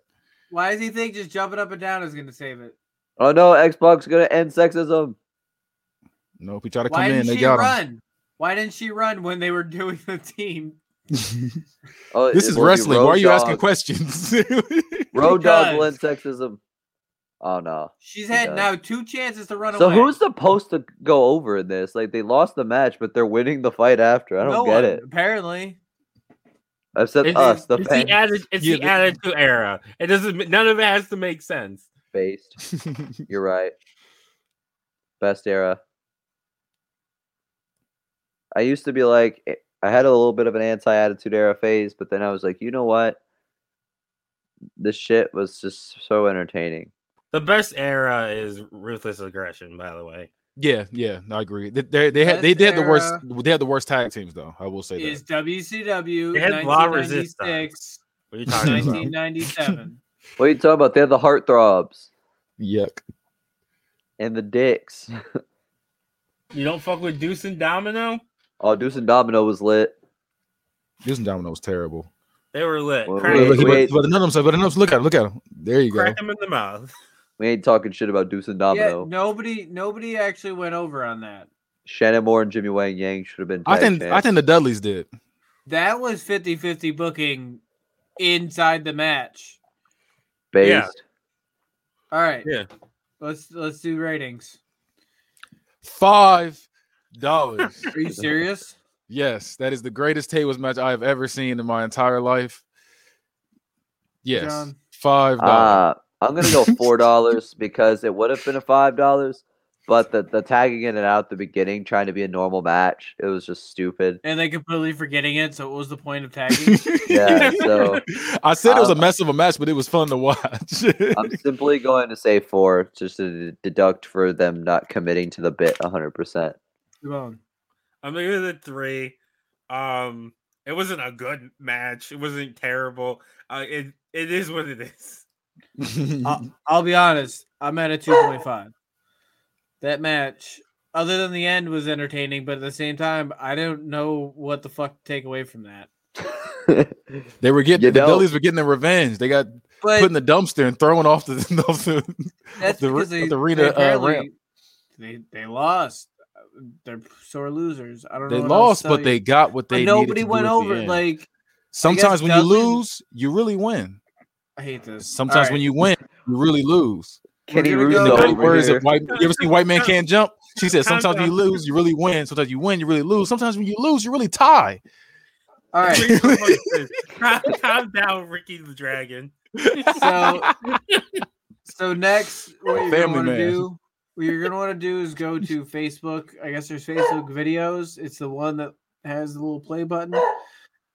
B: Why does he think just jumping up and down is gonna save it?
C: oh no, Xbox gonna end sexism.
D: Nope, he tried to come
B: Why
D: in.
B: didn't
D: They
B: she
D: got [LAUGHS] him.
B: run? Why didn't she run when they were [LAUGHS] doing the team?
C: Oh,
D: This
C: it
D: is
C: will be
D: wrestling. Why
C: Road
D: are you asking
C: Dogg.
D: questions? [LAUGHS]
C: Road Dogg will end
B: Because-
C: sexism. Oh no.
B: She's
C: She
B: had
C: does.
B: now two chances to run
C: So
B: away.
C: who's supposed to go over in this? Like they lost the match, but they're winning the fight after. I don't
B: No
C: get
B: one,
C: it.
B: Apparently,
C: Except
A: It's,
C: us, the
A: it's
C: fan
A: the attitude. It's
D: Yeah,
A: the
D: the-
A: attitude era. It doesn't. None of it has to make sense.
C: based. You're right. Best era. I used to be like, eh, I had a little bit of an anti attitude era phase, but then I was like, you know what? This shit was just so entertaining.
A: The best era is ruthless aggression. By the way,
D: yeah, yeah, I agree. They they, they had they
B: Best
D: did have the worst.
B: era.
D: They had the worst tag teams though. I will say
B: is
D: that.
B: WCW
A: They had La
B: 1996,
A: what are you talking about?
B: 1997.
C: What are you talking about? They had the heartthrobs
D: Yuck.
C: and
D: [LAUGHS]
C: the dicks.
A: You don't fuck with Deuce and Domino.
C: Oh, Deuce and Domino was lit.
D: Deuce and Domino was terrible.
A: They were lit.
C: Well,
A: Crack,
C: Wait,
D: Look, look,
C: wait.
D: But, but none of them. But none of them. Look at him. Look at him. There you go.
A: crack them in the mouth. [LAUGHS]
C: We ain't talking shit about Deuce and Domino.
B: Yeah, nobody, nobody actually went over on that.
C: Shannon Moore and Jimmy Wang Yang should have been.
D: I
C: tag
D: think I
C: champs.
D: think the Dudleys did.
B: That was 50-50 booking inside the match.
C: based.
A: yeah.
B: All right.
A: Yeah.
B: Let's let's do ratings.
D: Five
B: [LAUGHS]
D: dollars.
B: Are you serious?
D: yes, that is the greatest tables match I have ever seen in my entire life. Yes,
B: John.
D: five dollars.
C: Ah, Uh, I'm gonna go four dollars because it would have been a five dollars, But the, the tagging in and out at the beginning, trying to be a normal match, it was just stupid.
B: and then completely forgetting it. So what was the point of
D: [LAUGHS]
B: tagging?
C: Yeah, so
D: I said it was a
C: Um,
D: mess of a match, but it was fun to watch. [LAUGHS]
C: I'm simply going to say four just to d- deduct for them not committing to the bit 100%.
B: Come on.
A: I'm gonna give it a three. Um, it wasn't a good match. It wasn't terrible. Uh, it it is what it is.
B: I'll, I'll be honest. I'm at a 2.5. That match, other than the end, was entertaining, but at the same time, I don't know what the fuck to take away from that.
D: they were getting
C: You
D: the
C: know-
D: Dudleys were getting their revenge. They got put
B: But
D: in the dumpster and thrown off the [LAUGHS] off the, off
B: that's
D: the,
B: because they,
D: off the arena
B: they,
D: uh,
B: apparently-
D: ramp.
B: they they lost. They're sore losers. I don't
D: They
B: know. what else
D: lost,
B: to tell
D: but
B: you.
D: they got what
B: But
D: they needed
B: nobody
D: to do
B: went
D: at the
B: over.
D: end.
B: like
D: sometimes when
B: Dudley-
D: you lose, you really win.
B: I hate this.
D: Sometimes when you win, you really lose.
C: Kenny
B: gonna go-
C: Russo
D: The
A: Great
C: over
D: words
C: here.
D: of white, you ever see white man can't jump? She said sometimes you
A: Countdown.
D: lose, you really win. Sometimes you win, you really lose. Sometimes when you lose, you really tie. [LAUGHS]
B: All right.
A: [LAUGHS] calm, calm down, Ricky the Dragon.
B: So so
D: [LAUGHS]
B: next what you're
D: Family
B: gonna want
D: man.
B: to do what you're gonna want to do is go to Facebook. I guess there's Facebook videos. It's the one that has the little play button.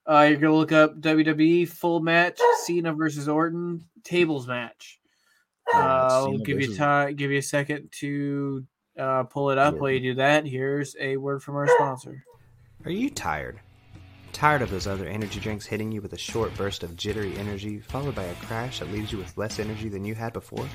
B: Uh, you're gonna look up WWE full match Cena versus Orton tables match. Uh, I'll
D: Oh, Cena
B: give you
D: versus-
B: time. Give you a second to uh, pull it up. While you do that, here's a word from our sponsor.
E: Are you tired? Tired of those other energy drinks hitting you with a short burst of jittery energy, followed by a crash that leaves you with less energy than you had before?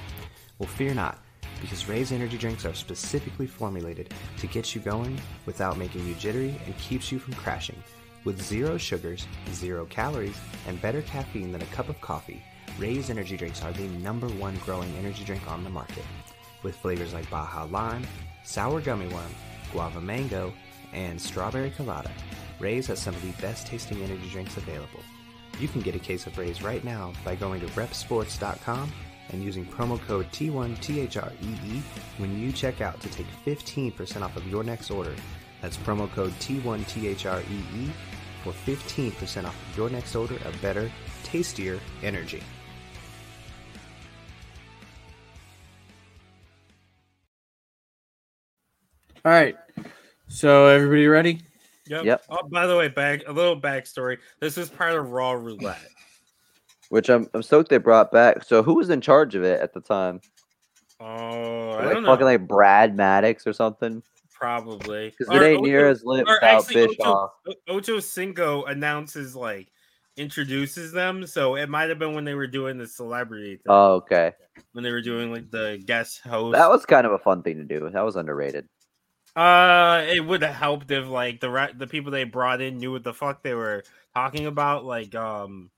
E: Well, fear not, because Ray's energy drinks are specifically formulated to get you going without making you jittery and keeps you from crashing. With zero sugars, zero calories, and better caffeine than a cup of coffee, Ray's energy drinks are the number one growing energy drink on the market. With flavors like Baja Lime, Sour Gummy Worm, Guava Mango, and Strawberry Colada, Ray's has some of the best tasting energy drinks available. You can get a case of Ray's right now by going to repsports.com and using promo code T1THREE E when you check out to take 15% off of your next order. That's promo code T1THREE E for 15% off of your next order of better, tastier energy.
B: All right. So everybody ready?
A: Yep.
C: Yep.
A: Oh, by the way, back a little backstory. This is part of Raw
C: [LAUGHS]
A: Roulette.
C: [LAUGHS] Which I'm, I'm stoked they brought back. So who was in charge of it at the time?
A: Oh, I
C: Like
A: don't know.
C: fucking like Brad Maddox or something?
A: Probably
C: Because
A: Or
C: it ain't near
A: Ocho-
C: as lit
A: or
C: without
A: actually, Ocho-
C: Bischoff.
A: O- Ocho Cinco announces like introduces them, so it might have been when they were doing the celebrity thing,
C: Oh, okay.
A: when they were doing like the guest host.
C: That was kind of a fun thing to do. That was underrated.
A: uh, it would have helped if like the re- the people they brought in knew what the fuck they were talking about. Like, um,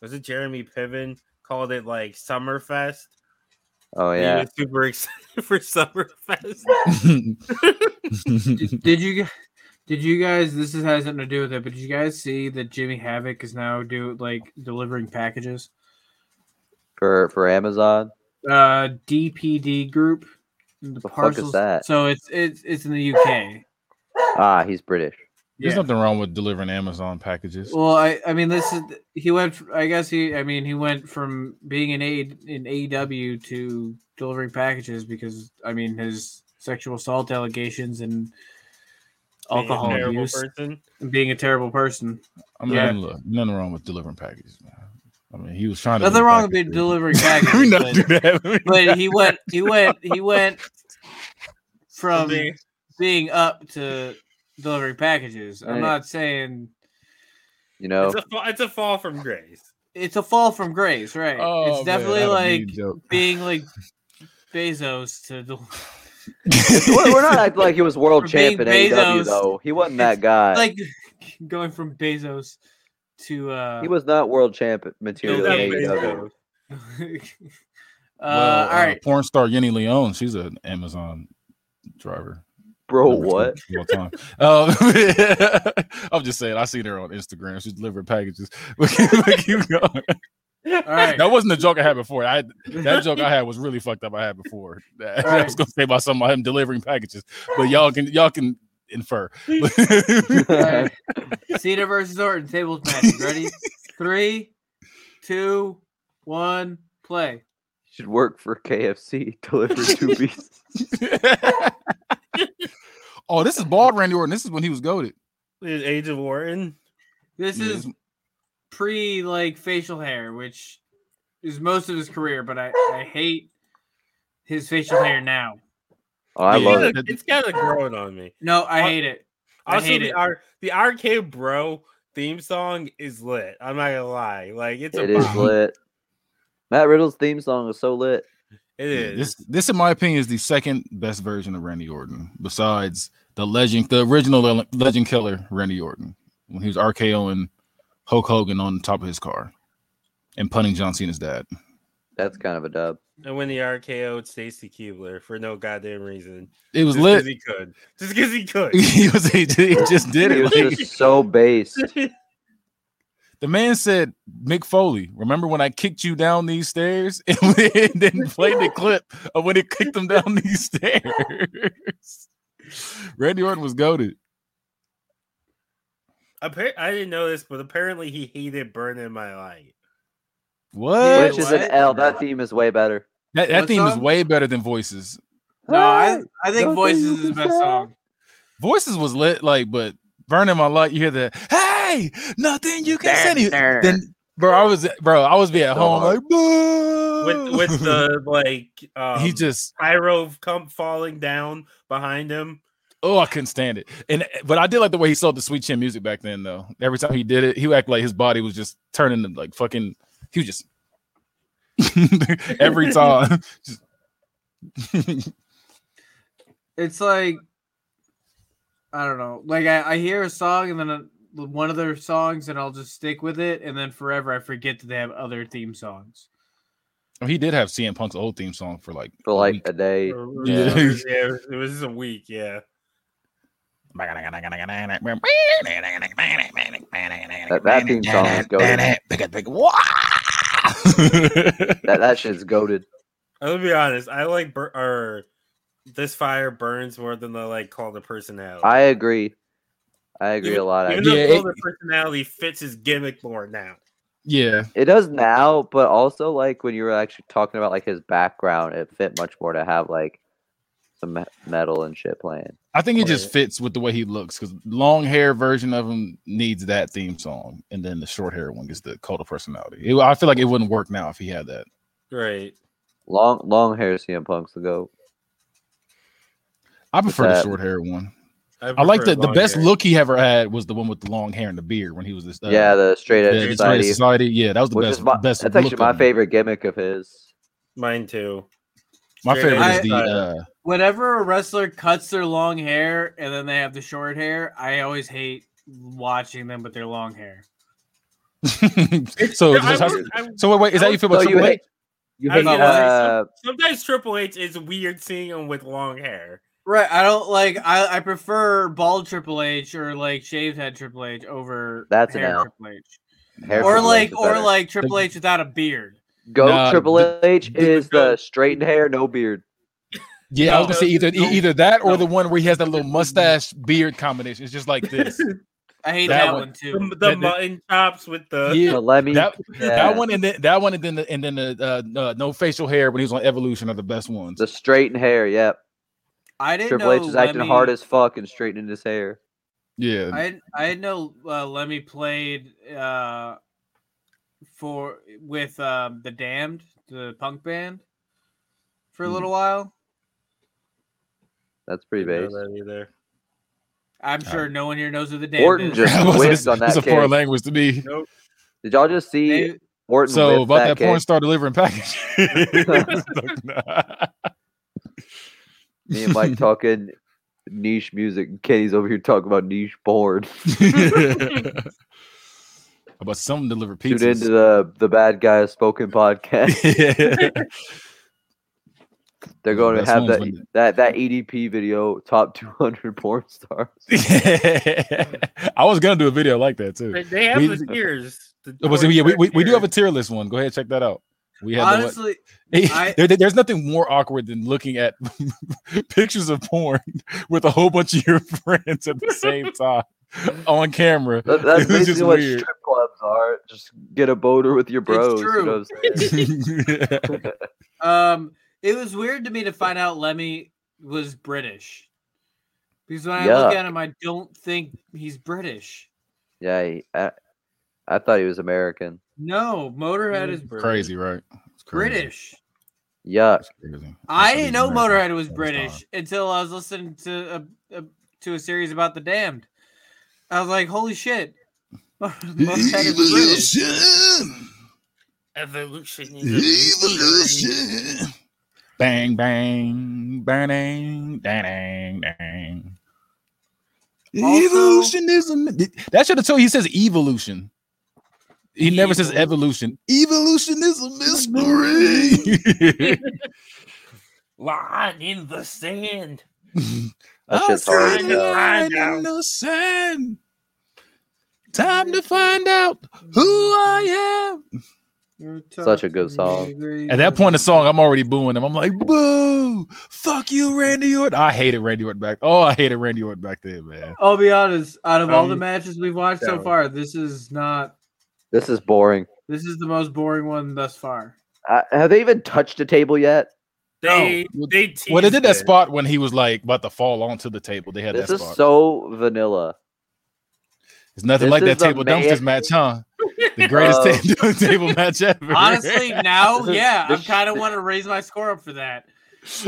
A: was it Jeremy Piven called it like Summerfest?
C: Oh
A: He
C: yeah.
A: was super [LAUGHS] excited for
B: [LAUGHS]
A: Summerfest.
B: did, did you gu- did you guys this is, has nothing to do with it but did you guys see that jimmy havoc is now do like delivering packages
C: For for Amazon.
B: uh dpd group the
C: The fuck is that?
B: so it's it's it's in the uk
C: Ah, he's British.
D: There's
B: Yeah.
D: nothing wrong with delivering Amazon packages.
B: well i i mean this is he went fr- i guess he i mean he went from being an aid in aew to delivering packages because i mean his sexual assault allegations and
A: Being a
B: alcohol
A: terrible
B: abuse
A: person.
B: and being a terrible person
D: I mean,
B: Yeah.
D: look, nothing wrong with delivering packages, man. I mean, he was trying to.
B: nothing
D: do
B: wrong with being
D: packages. [LAUGHS]
B: delivering
D: we
B: packages
D: not
B: but-
D: do that. [LAUGHS] We
B: but he went he went he
D: [LAUGHS]
B: went from
A: Being-
B: being up to delivering packages. I'm
C: Right.
B: not saying
C: You know.
A: It's a fa- it's a fall from grace.
B: it's a fall from grace, right?
D: Oh,
B: it's
D: man,
B: definitely
D: that was a
B: like
D: mean joke. [LAUGHS]
B: being like Bezos to del-
C: We're
D: uh,
C: we're not acting like he was world
B: For
C: champ in
B: being
C: AEW
B: Bezos,
C: though. He wasn't that
D: Uh,
C: guy.
B: [LAUGHS] like going from Bezos to uh, [LAUGHS]
C: he was not world champ material
A: Bill
C: in AEW.
A: Gates.
B: uh,
D: Well,
B: all right.
D: porn star Yenny Leone. She's an Amazon driver.
C: Bro,
D: Number two
C: what?
D: of all time. Um, [LAUGHS] I'm just saying. I seen her on Instagram. She's delivering packages. [LAUGHS] But keep- but keep going.
B: All right.
D: That wasn't a joke I had before. I that joke I had was really fucked up. I had before. [LAUGHS] I was
B: Alright.
D: gonna say about something about him delivering packages, but y'all can y'all can
B: [LAUGHS]
D: infer. [LAUGHS]
B: All right. [LAUGHS] Cena versus Orton tables
D: [LAUGHS]
B: match. Ready? Three, two, one, play.
C: [LAUGHS] should work for KFC, [LAUGHS] deliver two pieces.
D: oh, this is bald Randy Orton. This is when he was goaded.
A: Is Age of Orton.
B: This
D: Yeah,
B: is
D: this-
B: pre like facial hair, which is most of his career, but I, I hate his facial hair now.
C: Oh, I
A: It's
D: Yeah.
C: love it.
A: gotta- It's kind of growing on me.
B: No, I
A: What?
B: hate it. I
A: Also,
B: hate
A: the,
B: it.
A: ar- the Arcade Bro theme song is lit. I'm not gonna lie. Like it's a
C: It is
A: bop.
C: lit. Matt Riddle's theme song is so lit.
A: It
D: yeah,
A: is.
D: This, this, in my opinion, is the second best version of Randy Orton, besides the legend, the original le- legend killer Randy Orton, when he was RKOing Hulk Hogan on top of his car and punting John Cena's dad.
C: That's kind of a dub.
A: And when he RKO'd Stacy Keebler for no goddamn reason.
D: It was
A: Just
D: [LAUGHS]
A: 'cause
D: lit.
A: he could. Just because he could.
D: He was he, he just did
C: He
D: it.
C: was
D: like-
C: just so base.
D: [LAUGHS] The man said, Mick Foley, remember when I kicked you down these stairs? [LAUGHS] And then played the clip of when it kicked him down these stairs. [LAUGHS] Randy Orton was goaded.
A: Appar- I didn't know this, but apparently he hated Burning My Light.
D: What?
C: Which is an
B: what?
C: L. That theme is way better.
D: that that
B: What
D: theme is
B: song?
D: way better than Voices.
B: No, I, I
C: Don't
B: think Voices
C: you
B: is the
C: think
B: best
C: so?
B: song.
D: Voices was lit, like, but burning my light. You hear the hey, nothing you can say. to you." Then, bro, I was bro, I was be at
C: So
D: home
C: hard.
D: like, boo.
A: With with the like um,
D: [LAUGHS] he just
A: pyro come falling down behind him.
D: Oh, I couldn't stand it. And but I did like the way he sold the sweet chin music back then, though. Every time he did it, he would act like his body was just turning to like fucking. He was just
B: [LAUGHS]
D: [LAUGHS] every time. just-
B: It's like I don't know. Like I, I hear a song and then uh one of their songs, and I'll just stick with it, and then forever I forget that they have other theme songs.
D: he did have CM Punk's old theme song for like
C: For like a day.
A: Or- or-
D: Yeah. [LAUGHS]
A: yeah, it was just a week. Yeah,
D: that,
C: that theme song is goated. That that shit's goaded.
A: I'll be honest. I like bur- or this fire burns more than I like call the personality.
C: I agree. I agree
A: [LAUGHS]
C: a lot.
A: Even
C: actually.
A: though
D: Yeah,
A: call
D: it-
A: the personality fits his gimmick more now.
D: [LAUGHS] yeah,
C: It does now, but also like when you were actually talking about like his background, it fit much more to have like some me- metal and shit playing.
D: I think he just fits with the way he looks because long hair version of him needs that theme song, and then the short hair one gets the cult of personality. It- I feel like it wouldn't work now if he had that.
A: Right.
C: Long long hair CM Punk's the go.
D: I prefer the
C: that-
D: short hair one. I like
A: prefer
D: the the
A: long
D: best
A: hair.
D: look he ever had was the one with the long hair and the beard when he was this. Uh,
C: yeah, the straight
D: the
C: edge
D: Detroit
C: society,
D: Society. Yeah, that was the
C: which
D: best.
C: is my,
D: best
C: that's
D: look
C: actually
D: of
C: my
D: him.
C: favorite gimmick of his.
A: Mine too.
D: My
A: Straight
D: favorite
B: edge
D: is the
A: society.
D: uh,
B: Whenever a wrestler cuts their long hair and then they have the short hair, I always hate watching them with their long hair.
D: so.
A: Yeah, I
D: just-
A: would- I would-
D: uh, [LAUGHS] so wait, wait, is
A: I
D: that you
A: would-
D: feel about
C: so you
D: Triple
C: hate-
D: H?
C: You
A: I was
C: hate
B: hate
A: gonna say, some-
C: uh,
A: sometimes Triple H is weird seeing him with long hair.
B: Right. I don't like I, I prefer bald Triple H or like shaved head Triple H over
C: That's an
B: hair
C: L.
B: Triple H.
C: hair
B: Or
C: Triple H
B: like
C: is
B: or
C: better.
B: like Triple H without a beard.
C: Go
D: Nah,
C: Triple
D: the-
C: H
D: the-
C: is the straightened hair, no beard.
D: Yeah, I was gonna
A: No,
D: say either
A: no,
D: either that or
B: no.
D: the one where he has
A: [LAUGHS]
D: that little mustache beard combination. It's just like this.
B: I hate
D: That
B: that,
D: one-
B: one,
A: The,
B: too.
A: the
D: that-
A: mutton chops with the
D: Yeah,
C: The Lemmy,
D: that
C: yeah.
D: that one and then that one and then the, and then the uh, uh, no facial hair when he was on Evolution are the best ones.
C: the straightened hair. Yep.
B: I didn't
C: Triple
B: know
C: H is acting
B: Lemmy-
C: hard as fuck and straightening his hair.
D: Yeah, [LAUGHS]
B: I didn't- I didn't know uh, Lemmy played uh for with um the Damned, the punk band for a
D: Hmm.
B: little while.
C: That's pretty
A: Didn't
C: base.
A: know that either.
B: I'm
D: Uh,
B: sure no one here knows who the Damned
C: Orton
B: is.
D: [LAUGHS]
C: just whiffed
D: it's
C: on
D: a
C: that
D: foreign
C: kick.
D: language to me.
C: Did y'all just see
B: They-
C: Orton
D: So
C: whiff
D: about that,
C: kick?
D: porn star delivering package. [LAUGHS]
C: Me and Mike
D: [LAUGHS]
C: talking niche music. and Kenny's over here talking about niche
D: [LAUGHS]
C: porn.
D: about some delivered
C: Tune into
D: pizzas.
C: the the bad guy
D: [LAUGHS]
C: spoken podcast. They're going to
D: Best
C: have
D: ones
C: that
D: when-
C: that that EDP video top 200 [LAUGHS] porn stars.
D: [LAUGHS] I was gonna do a video like that too.
A: They, they have
D: We-
A: the tears. the
D: Oh, Was it,
A: George
D: yeah, we,
A: Strait
D: we, we do have a
A: tears.
D: tier list one. Go ahead, check that out. We had the,
B: honestly, I-
D: there, there- there's nothing more awkward than looking at [LAUGHS]
B: [LAUGHS]
D: [LAUGHS] pictures of porn with a whole bunch of your friends at the same time on camera. [LAUGHS]
C: That- that's
D: It was just
C: basically what
D: weird.
C: strip clubs are. Just get a boater with your bros. you
B: true.
C: know what I'm saying?
B: Um, it was weird to me to find out Lemmy was British because when I look
C: Yuck.
B: at him, I don't think he's British.
C: yeah, he- I, I thought he was American.
B: No, Motorhead is British.
D: [LAUGHS] crazy, right? It's crazy.
B: British.
C: Yuck.
D: It's crazy.
B: I
D: It's
B: didn't know
D: American.
B: Motorhead was
D: It's
B: British until I was listening to a, a to a series about the damned. I was like, "Holy shit!" [LAUGHS] Motorhead is British.
A: Evolution
D: Bang, bang, bang, bang, bang.
B: Also-
D: Evolutionism. That should have told you he says evolution. He never says
B: Evil.
D: evolution. Evolution is a [LAUGHS] mystery.
A: Line in the sand.
D: Oh,
C: That shit's
A: sorry.
C: hard.
A: trying
D: Outside
A: to
C: though.
A: find
D: line
A: out.
D: in the sand. Time to find out who I am.
C: Such a good song.
D: At that point in the song, I'm already booing him. I'm like, boo, fuck you, Randy Orton. I hated Randy Orton back. Oh, I hated Randy Orton back then, man.
B: I'll be honest. Out of all the
D: Um,
B: matches we've watched
D: that
B: so
D: one.
B: far, this is not.
C: This is boring.
B: This is the most boring one thus far.
C: I, have they even touched a table yet?
A: They
D: No.
A: they
D: Well, they
A: teased
D: did that
A: it.
D: spot when he was like about to fall onto the table. They had
C: This
D: that
C: is
D: spot.
C: so vanilla.
D: it's nothing
C: this
D: like
C: is
D: that
C: the
D: table dumpsters
C: man-
D: match, huh? The greatest [LAUGHS]
C: Uh, [LAUGHS]
D: ta- table match ever.
B: [LAUGHS] Honestly, now,
C: This is-
B: yeah, I
C: this-
B: kind of want to raise my score up for
C: [LAUGHS]
B: that.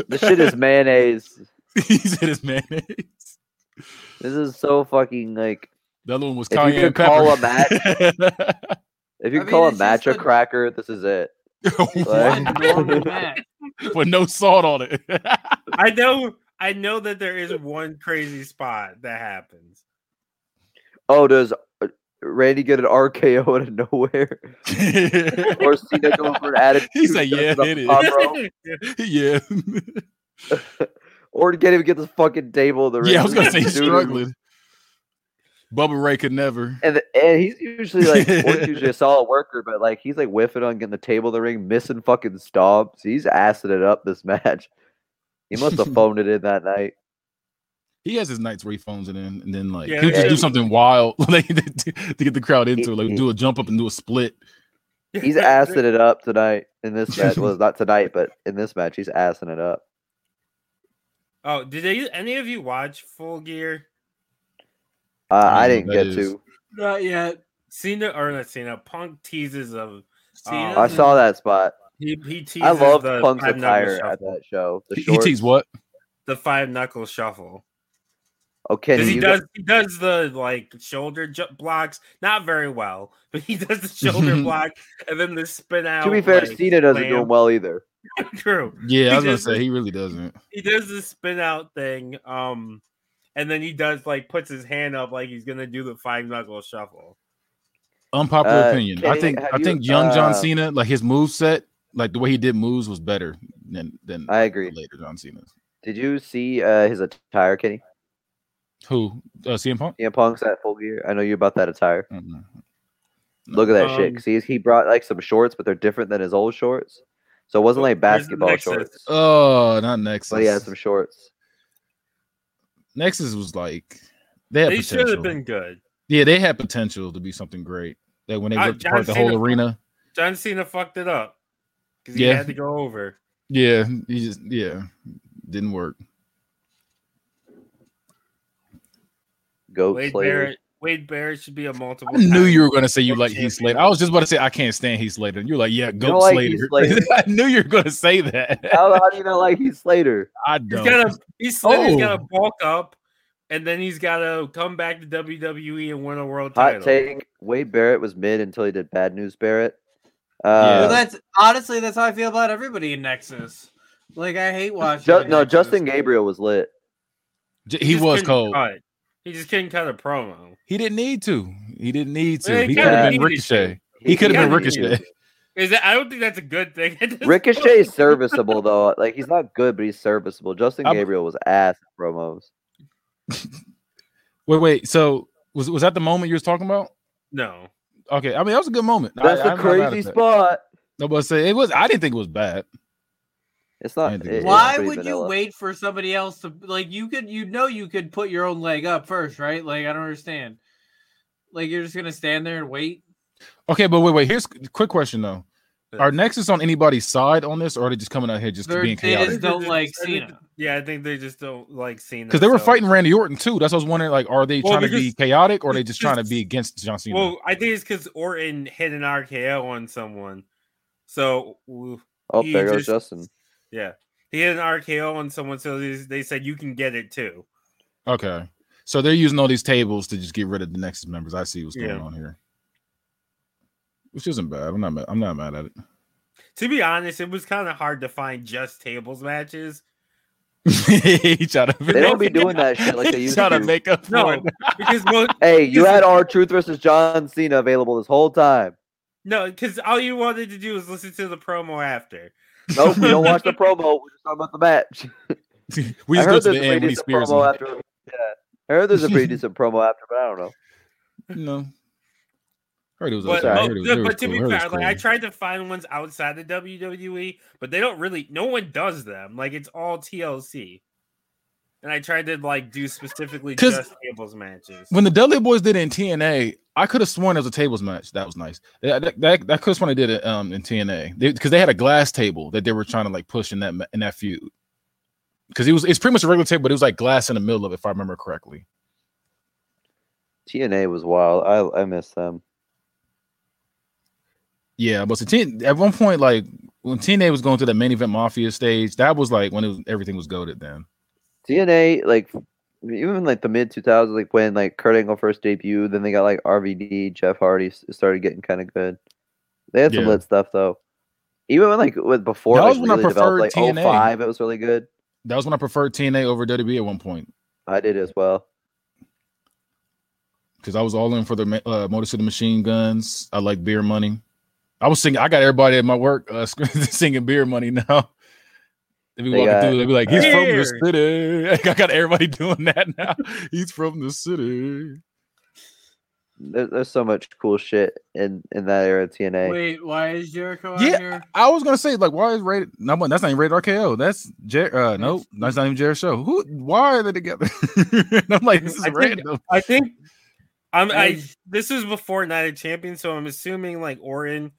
C: This shit
D: [LAUGHS]
C: is mayonnaise.
D: [LAUGHS] he said his mayonnaise.
C: This is so fucking like
D: The other one was
C: If you
D: Kanye
C: could
D: and Pepper.
C: call a match-
D: [LAUGHS]
C: if you
B: I mean,
C: call
B: it's
C: a match
B: just
C: a
B: a-
C: cracker, this is it.
B: One
C: Like-
B: normal match.
D: with no salt on
C: [LAUGHS]
D: it. [LAUGHS]
A: I know I know that there is one crazy spot that
C: [LAUGHS]
A: happens.
C: Oh, does uh, Randy get an RKO out of
B: [LAUGHS]
C: nowhere? or Cena go for an attitude?
D: [LAUGHS] He said, "Yeah,
C: adjustment
D: it
C: up
D: is."
C: top
D: [LAUGHS]
C: rope?
D: yeah,
C: Or he can't even get this fucking table in the ring.
D: yeah. I was gonna say he's
C: Dude,
D: struggling. Bubba Ray could never.
C: And, and he's usually like
D: [LAUGHS]
C: Orton's usually a solid worker, but like he's like whiffing on getting the table in the ring, missing fucking stomps. He's acid it up this match. He must
D: [LAUGHS]
C: have phoned it in that night.
D: He has his nights where he phones it in, and then like
A: Yeah,
D: he'll just
C: yeah.
D: do something wild [LAUGHS] like, to, to get the crowd into it, like do a jump up and do a split.
C: He's acid it up tonight
D: [LAUGHS]
C: in this match. Well, not tonight, but in this match, he's assing it up.
A: Oh, did they, any of you watch Full Gear?
C: Uh,
D: Mm,
C: I didn't
D: that
C: get
D: is-
C: to.
B: Not yet.
A: Cena or not Cena? Punk teases of
B: Cena?
C: I saw that uh, spot.
A: he, Mm-hmm. he teases
C: I love
A: the
C: Punk's
A: five knuckle
C: attire at
A: shuffle.
C: that show. The
D: He, he
C: shorts.
D: teased what?
A: The five knuckle shuffle.
C: Okay,
A: Because he
C: you
A: does he does the like shoulder ju- blocks not very well, but he does the [LAUGHS]
C: [LAUGHS]
A: shoulder block and then the spin out.
C: got- to be fair,
A: like,
C: Cena doesn't do
A: slam.
C: him well either.
A: [LAUGHS] True,
D: Yeah, I was gonna
A: just-
D: say he really doesn't.
A: he does the spin out thing, um, and then he does like puts his hand up like he's gonna do the five knuckle shuffle.
D: Unpopular
C: Uh,
D: opinion. I
C: Kenny,
D: think
C: have
D: I
C: you-
D: think young John
C: uh,
D: Cena, like his move set, like the way he did moves was better than than
C: I agree.
D: later John Cena.
C: Did you see uh, his attire, Kenny?
D: Who? Uh, CM Punk?
C: CM Punk's at full gear. I know you about that attire.
D: Mm-mm.
C: Look at that shit.
A: Um,
C: 'cause he's- he brought like some shorts, but they're different than his old shorts. So it wasn't like
A: There's
C: basketball
A: Nexus.
C: shorts,
D: Oh, not Nexus.
C: but he had some shorts.
D: Nexus was like they had
A: they should
D: potential.
A: have been good.
D: Yeah, they had potential to be something great. Like when they
A: Uh,
D: ripped
A: John
D: apart the
A: Cena-
D: whole arena.
A: John Cena fucked it up because he
D: Yeah.
A: had to go over.
D: Yeah, he just yeah, didn't work.
C: Goat
A: Wade
C: Slater.
A: Barrett, Wade Barrett should be a multiple.
D: I knew
A: time.
D: you were gonna say you
A: World
D: like Heath
A: champion.
D: Slater. I was just about to say I can't stand Heath Slater. And you're like, yeah, go
C: don't like Heath
D: [LAUGHS] Slater.
C: Slater?
D: I knew you were gonna say that.
C: [LAUGHS] How, how do you not like he's
A: [LAUGHS]
C: Slater?
D: I
A: He's
D: don't.
A: gotta he's Slater's
D: Oh.
A: gotta bulk up, and then he's gotta come back to WWE and win a world
C: Hot
A: title.
C: take. Wade Barrett was mid until he did Bad News Barrett.
D: Yeah.
B: Well,
C: Uh,
B: that's honestly that's how I feel about everybody in Nexus. Like I hate watching.
C: Ju-
B: it.
C: no, Justin Gabriel was lit.
D: J-
A: He
D: he
A: just
D: was
A: couldn't
D: cold.
A: cut. He just couldn't cut a promo.
D: He didn't need to. He didn't need to.
A: Yeah, he
D: he could
A: kinda
D: have been
A: needed
D: Ricochet. He could have been
A: kinda
D: Ricochet.
A: Is that? I don't think that's a good thing. [LAUGHS] It doesn't-
C: [LAUGHS] Ricochet is serviceable though. Like he's not good, but he's serviceable. Justin
D: I'm-
C: Gabriel was ass at promos.
D: Wait, wait. So was was that the moment you was talking about?
A: No,
D: Okay, I mean that was a good moment.
C: That's
D: I, I'm
C: a
D: not mad at
C: crazy
D: that.
C: spot.
D: No, but say it was. I didn't think it was bad.
C: It's not.
D: Andy
C: it- it's
B: Why
C: pretty
B: would you
C: vanilla.
B: wait for somebody else to like you could you know you could put your own leg up first, right? Like I don't understand. Like you're just gonna stand there and wait.
D: Okay, but wait, wait. Here's a quick question though: Are Nexus on anybody's side on this, or are they just coming out here just
B: They're-
D: being
B: they
D: chaotic?
B: just don't like
A: I think-
B: Cena.
A: Yeah, I think they just don't like Cena
D: Because they were
A: so-
D: fighting Randy Orton too. That's what I was wondering. Like, are they
A: Well,
D: trying to be
A: because-
D: chaotic, or are they just trying to
A: because-
D: be against John Cena?
A: Well, I think it's because Orton hit an RKO on someone. So ooh,
C: Oh,
A: He
C: there goes
A: just-
C: Justin.
A: yeah, he hit an RKO on someone. So they, they said you can get it too.
D: okay, so they're using all these tables to just get rid of the Nexus members. I see what's
A: Yeah.
D: going on here, which isn't bad. I'm not. Mad, I'm not mad at it.
A: To be honest, it was kind of hard to find just tables matches. [LAUGHS]
D: he tried to
C: [LAUGHS] They don't be
D: [LAUGHS]
C: doing that shit [LAUGHS] like they used
D: try to
C: to.
D: make up for
A: No,
D: it.
A: because most,
C: Hey, you had our truth versus John Cena available this whole time.
A: no, because all you wanted to do was listen to the promo after.
C: Nope, we don't watch [LAUGHS] the promo. We're just talking about the match.
D: [LAUGHS] We
C: I
D: just go to
C: heard there's
D: the
C: a pretty
D: end when he
C: decent
D: spears him.
C: promo after. Yeah, I heard there's a pretty decent promo after, but I don't know.
D: No. Heard it was
A: But,
D: okay.
A: mo-
C: sorry,
D: Heard it was, heard it was
A: but to
D: cool.
A: be
D: Heard it was
A: fair, like
D: cool.
A: I tried to find ones outside the WWE, but they don't really. No one does them. Like it's all TLC. And I tried to like do specifically
D: 'Cause-
A: just tables matches.
D: when the Dudley Boys did it in TNA, I could have sworn it was a tables match. That was nice. That, that, that, could have sworn they did it um, in TNA because they, had a glass table that they were trying to like push in that ma- in that feud. Because it was it's pretty much a regular table, but it was like glass in the middle of, it, if I remember correctly.
C: TNA was wild. I I miss them.
D: Yeah, but so TN at one point, like when TNA was going through that main event mafia stage, that was like when it was, everything was goaded. Then
C: TNA, like even like the mid 2000s, like when like Kurt Angle first debuted, then they got like RVD, Jeff Hardy s- started getting kind of good. They had some
D: Yeah.
C: lit stuff though. Even when like with before
D: That
C: like,
D: was when I
C: really developed, like
D: preferred TNA.
C: 05, it was really good.
D: that was when I preferred TNA over WWE at one point.
C: I did as well.
D: because I was all in for the ma- uh, Motor City Machine Guns. I like Beer Money. I was singing. I got everybody at my work uh, [LAUGHS] sc- singing Beer Money now. They be
C: They
D: walking
C: got-
D: through. They be like, "He's from
A: Beer.
D: the city." [LAUGHS] Like, I got everybody doing that now. He's from the city.
C: There, there's so much cool shit in in that era of TNA.
B: Wait, why is Jericho
D: Yeah,
B: out here?
D: I was gonna say like, why is rated? No, but that's not even rated RKO. That's Jer- uh, no,
B: That's-
D: that's not even Jared Show. Who? Why are they together? [LAUGHS] And I'm like, this is
A: I think-
D: random.
A: I think I'm I
B: Edge.
A: this is before Night of Champions, so I'm assuming like Orin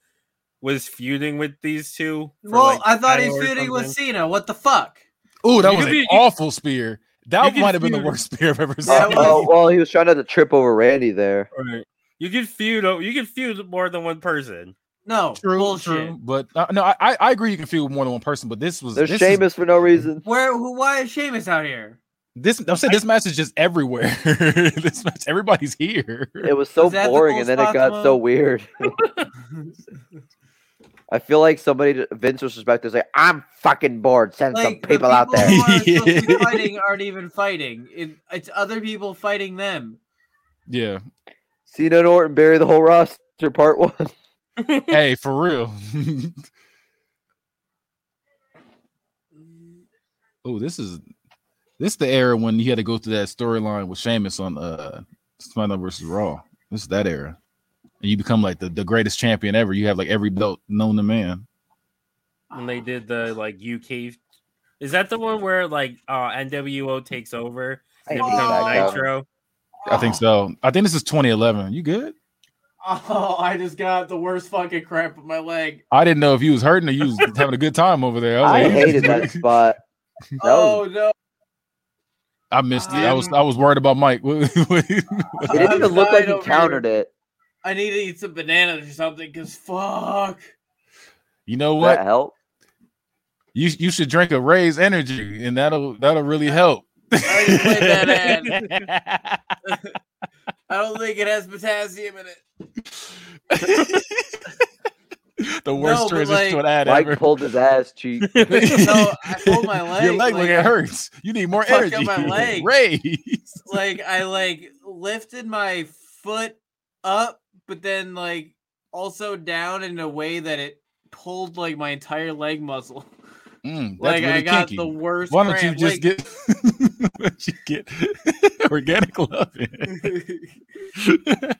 A: was feuding with these two. for,
B: Well,
A: like,
B: I thought he
A: title
B: was
A: or
B: feuding with
A: something.
B: Cena. What the fuck?
D: Ooh, that
A: You
D: was
A: could
D: an
A: be- you-
D: awful spear. That
A: could
D: might have been the
A: feud-
D: worst spear I've ever seen.
B: Yeah,
C: Oh, oh, well, he was trying not to trip over Randy there.
A: Right. You could feud o- you could feud more than one person.
B: No,
D: True,
B: bullshit.
D: true. But uh, no, I- I, I agree you can feel more than one person, but this was
C: There's
D: this, is-
C: Sheamus for no reason.
B: Where? Who, why is Sheamus out here?
D: this I'm saying this match is just everywhere. [LAUGHS] this match, everybody's here.
B: [LAUGHS]
C: It was so
B: Was that the
C: boring,
B: full
C: and then it
B: spots
C: got so
B: mode? [LAUGHS]
C: weird. [LAUGHS] I feel like somebody, d- Vince was just back there like, I'm fucking bored. Send some
B: like the
C: people, out
B: people
C: there.
B: who are supposed to be
D: [LAUGHS] Yeah.
B: fighting aren't even fighting. It, it's other people fighting them.
D: [LAUGHS] Yeah.
C: [LAUGHS] Cena and Orton bury the whole roster, part one.
D: hey, for real. [LAUGHS] oh, this is this is the era when you had to go through that storyline with Sheamus on uh SmackDown versus Raw. This is that era. And you become like the, the greatest champion ever. You have like every belt known to man.
A: When
B: Oh.
A: they did the like UK is that the one where like uh NWO takes over and it
B: Hey,
A: becomes
B: Zach,
A: Nitro?
D: I
C: [SIGHS]
D: think so. I think this is 2011. You good?
B: [LAUGHS] Oh, I just got the worst fucking cramp in my leg.
D: I didn't know if you was hurting or you was having a good time over there. I, was
C: I
D: like,
C: hated that [LAUGHS] spot. That was-
B: oh no!
D: I missed it. I was I was worried about Mike. [LAUGHS]
C: it didn't
B: I'm
C: even look like
B: dying
C: he
B: over
C: countered it.
B: I need to eat some bananas or something. Cause
D: [LAUGHS]
B: fuck.
D: you know
C: Did
D: what?
C: That help?
D: You you should drink a Ray's energy, and that'll that'll
B: [LAUGHS]
D: really help.
B: already played
D: [LAUGHS]
B: that [LAUGHS] I don't think it has potassium in it.
D: the worst
B: No, but
D: transition
B: like-
D: to an ad
C: Mike [LAUGHS]
D: ever.
C: pulled his ass cheek.
D: [LAUGHS]
B: No, I pulled my
D: Your
B: leg, like,
D: leg, look, it hurts. You need more
B: fucked
D: energy.
B: up
D: [LAUGHS]
B: my leg. [LAUGHS]
D: Ray's.
B: like I like lifted my foot up, but then like also down in a way that it pulled like my entire leg muscle. [LAUGHS]
D: Mm, that's
B: Like
D: really
B: I got
D: kinky.
B: the worst.
D: Why don't you
B: cramp,
D: just
B: like- [LAUGHS]
D: get? [LAUGHS] why don't you get [LAUGHS] organic love? in?
B: [LAUGHS]
C: All right,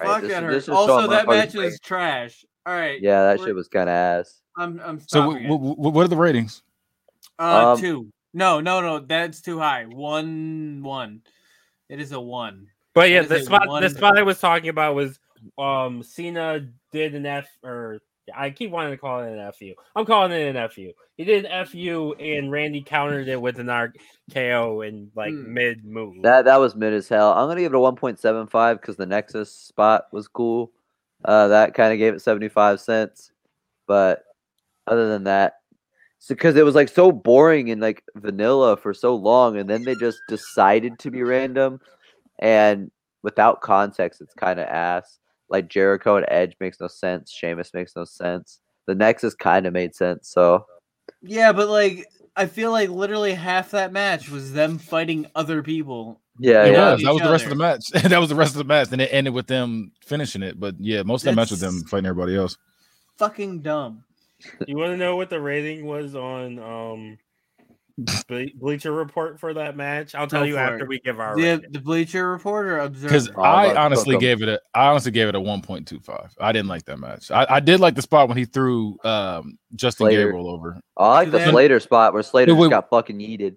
B: Fuck that
C: this is-
B: hurt.
C: this is
B: Also,
C: showing
B: that
C: my
B: match
C: fucking-
B: is trash. All right.
C: Yeah, that
B: we're-
C: shit was kind of ass.
B: I'm, I'm
D: So,
B: stopping
D: wh- wh- wh- what are the ratings?
B: it. Uh,
C: um,
B: two. No, no, no. That's too high. One, one. It is a one.
A: But yeah,
B: That
A: the
B: is a
A: spot the
B: one-
A: spot I was talking about was um Cena did an F or I keep wanting to call it an FU. I'm calling it an FU. He did an FU and Randy countered it with an RKO in like
B: Hmm.
A: mid move.
C: That that was mid as hell. I'm gonna give it a 1.75 because the Nexus spot was cool. Uh, that kind of gave it 75 cents, but other than that, because it was like so boring and like vanilla for so long, and then they just decided to be random, and without context, it's kind of ass. Like Jericho and Edge makes no sense. Sheamus makes no sense. The Nexus kind of made sense, so
B: Yeah, but like I feel like literally half that match was them fighting other people.
C: yeah,
D: it
C: yeah.
D: was.
B: Each
D: That was the rest of
B: other.
D: the match. [LAUGHS] that was the rest of the match. Then it ended with them finishing it. But yeah, most of the match was
B: That's-
D: them fighting everybody else.
B: Fucking dumb.
A: You want to know what the rating was on um Ble- Bleacher Report for that match? I'll tell
B: Go
A: you
B: for
A: after
B: it.
A: we give our
B: The,
A: rating.
B: the Bleacher Reporter
D: Because
B: observed.
C: Oh,
D: I
C: but
D: honestly
C: cook 'em.
D: gave it a, I honestly gave it a one point two five. I didn't like that match. I, I did like the spot when he threw um, Justin
C: Slater.
D: Gabriel over.
C: I like the
B: Then-
C: Slater spot where Slater
D: Wait,
C: just
D: wait.
C: got fucking yeeted.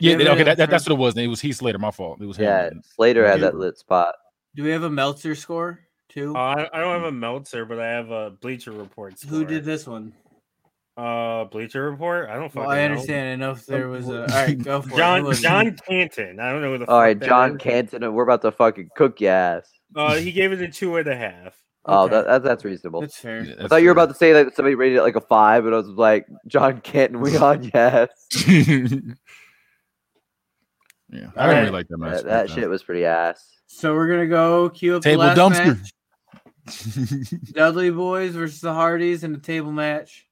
D: Yeah,
B: Give it
D: okay,
B: a
D: that, that- that's
B: three.
D: what it was. It was Heath Slater. My fault. It was him.
C: Yeah, Slater had that
D: Gabriel.
C: lit spot.
B: Do we have a Meltzer score too?
A: Uh, I, I don't have a Meltzer, but I have a Bleacher Report. Score.
B: hmm. Who did this one?
A: Uh, Bleacher Report. I don't fucking.
B: Well, I
A: know.
B: understand enough. There was a [LAUGHS] all right. Go for it. Who
A: John
B: was it.
A: John Canton. I don't know who the.
C: All right,
A: fuck that
C: John
A: is.
C: Canton, and we're about to fucking cook your ass.
A: Uh, he gave it a two and a half.
C: Oh,
B: Okay.
C: that, that, that's reasonable.
B: That's fair.
D: Yeah,
C: I
D: that's
C: thought you were
D: fair. [LAUGHS]
C: about to say that somebody rated it like a five, and I was like, John Canton, we on yes.
D: yeah, I
A: Alright.
D: didn't really like that match.
C: That, that shit was pretty ass.
B: So we're gonna go cue up
D: Table
B: the last
D: dumpster.
B: match. Dudley Boys versus the Hardys in a table match.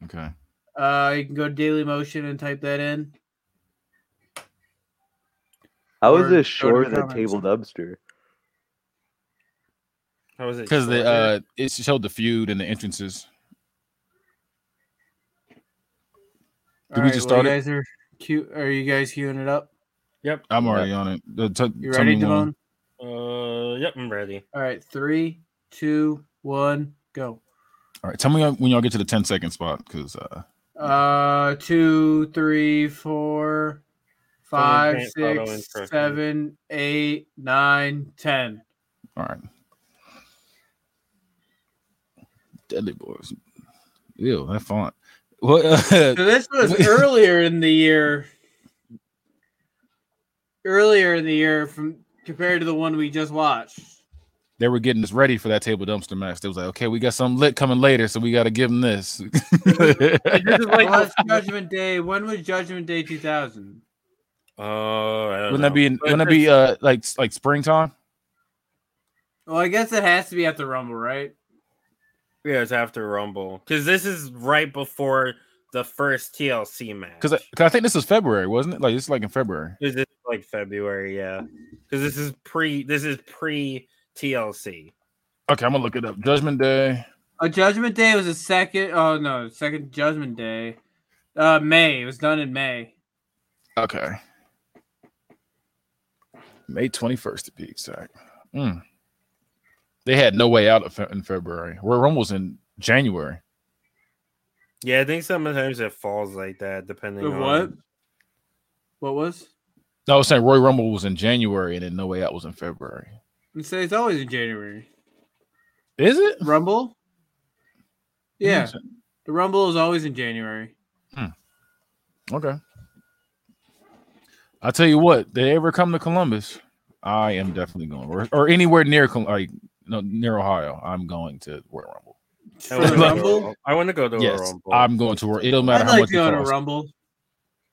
D: [LAUGHS] okay.
B: Uh, you can go to Daily Motion and type that in.
C: How
B: Or
C: was
B: go to
C: this shorter than
B: comments.
C: Table Dumpster?
A: How was it?
D: Because the
A: shorter?
D: uh, it showed the feud and the entrances. Did we
B: Alright,
D: just
B: well,
D: start
B: you
D: it?
B: guys are cute. Are you guys queuing it up?
A: yep.
D: I'm already on it. Uh, t-
B: You
D: tell
B: ready,
D: me
B: Devon?
D: when.
A: Uh, yep. I'm ready.
B: All right, three, two, one, go.
D: All right, tell me when y'all get to the 10 second spot because uh,
B: Uh, two, three, four, five,
A: Someone can't
B: six,
A: auto-instruct me.
B: seven, eight, nine, ten.
D: all right, Deadly Boys. Ew, that font. What?
B: So [LAUGHS] this was earlier in the year. Earlier in the year, from compared to the one we just watched.
D: [LAUGHS] they were getting us ready for that table dumpster match. They was like, okay, we got something lit coming later, so we got to give them this. [LAUGHS]
A: This is like, [LAUGHS]
B: Well, it's Judgment Day. When was Judgment Day 2000?
A: Oh, I don't
D: wouldn't
A: know.
D: that be?
A: But
D: Wouldn't that be uh like like springtime?
B: Well, I guess it has to be at the Rumble, right?
A: Yeah, it's after Rumble because this is right before the first TLC match.
D: Because I, 'cause I think this was February, wasn't it? Like this is like in February.
A: Because it's like February, yeah. Because this is pre, this is pre TLC.
D: Okay, I'm gonna look it up. Judgment Day.
B: A Judgment Day was a second. Oh no, second Judgment Day. Uh, May. It was done in May.
D: Okay. May 21st to be exact. Mm. They had no way out of Fe- in February. We're almost in January.
A: Yeah, I think sometimes it falls like that, depending
B: The
A: on
B: what? What was?
D: No, I was saying Roy Rumble was in January, and then No Way Out was in February.
B: It says it's always in January.
D: Is it? [LAUGHS]
B: Rumble. Yeah, the Rumble is always in January.
D: Okay. I tell you what, they ever come to Columbus, I am definitely going, or, or anywhere near Col- like no near Ohio, I'm going to Royal Rumble.
A: I
B: For
A: wanna
B: the
A: go to a
B: Rumble,
A: Rumble? I want to go to a
D: yes,
A: Rumble.
D: I'm going to Royal. It don't matter
B: I'd
D: how
B: like
D: much
B: to
D: it
B: go to
D: costs.
B: Rumble.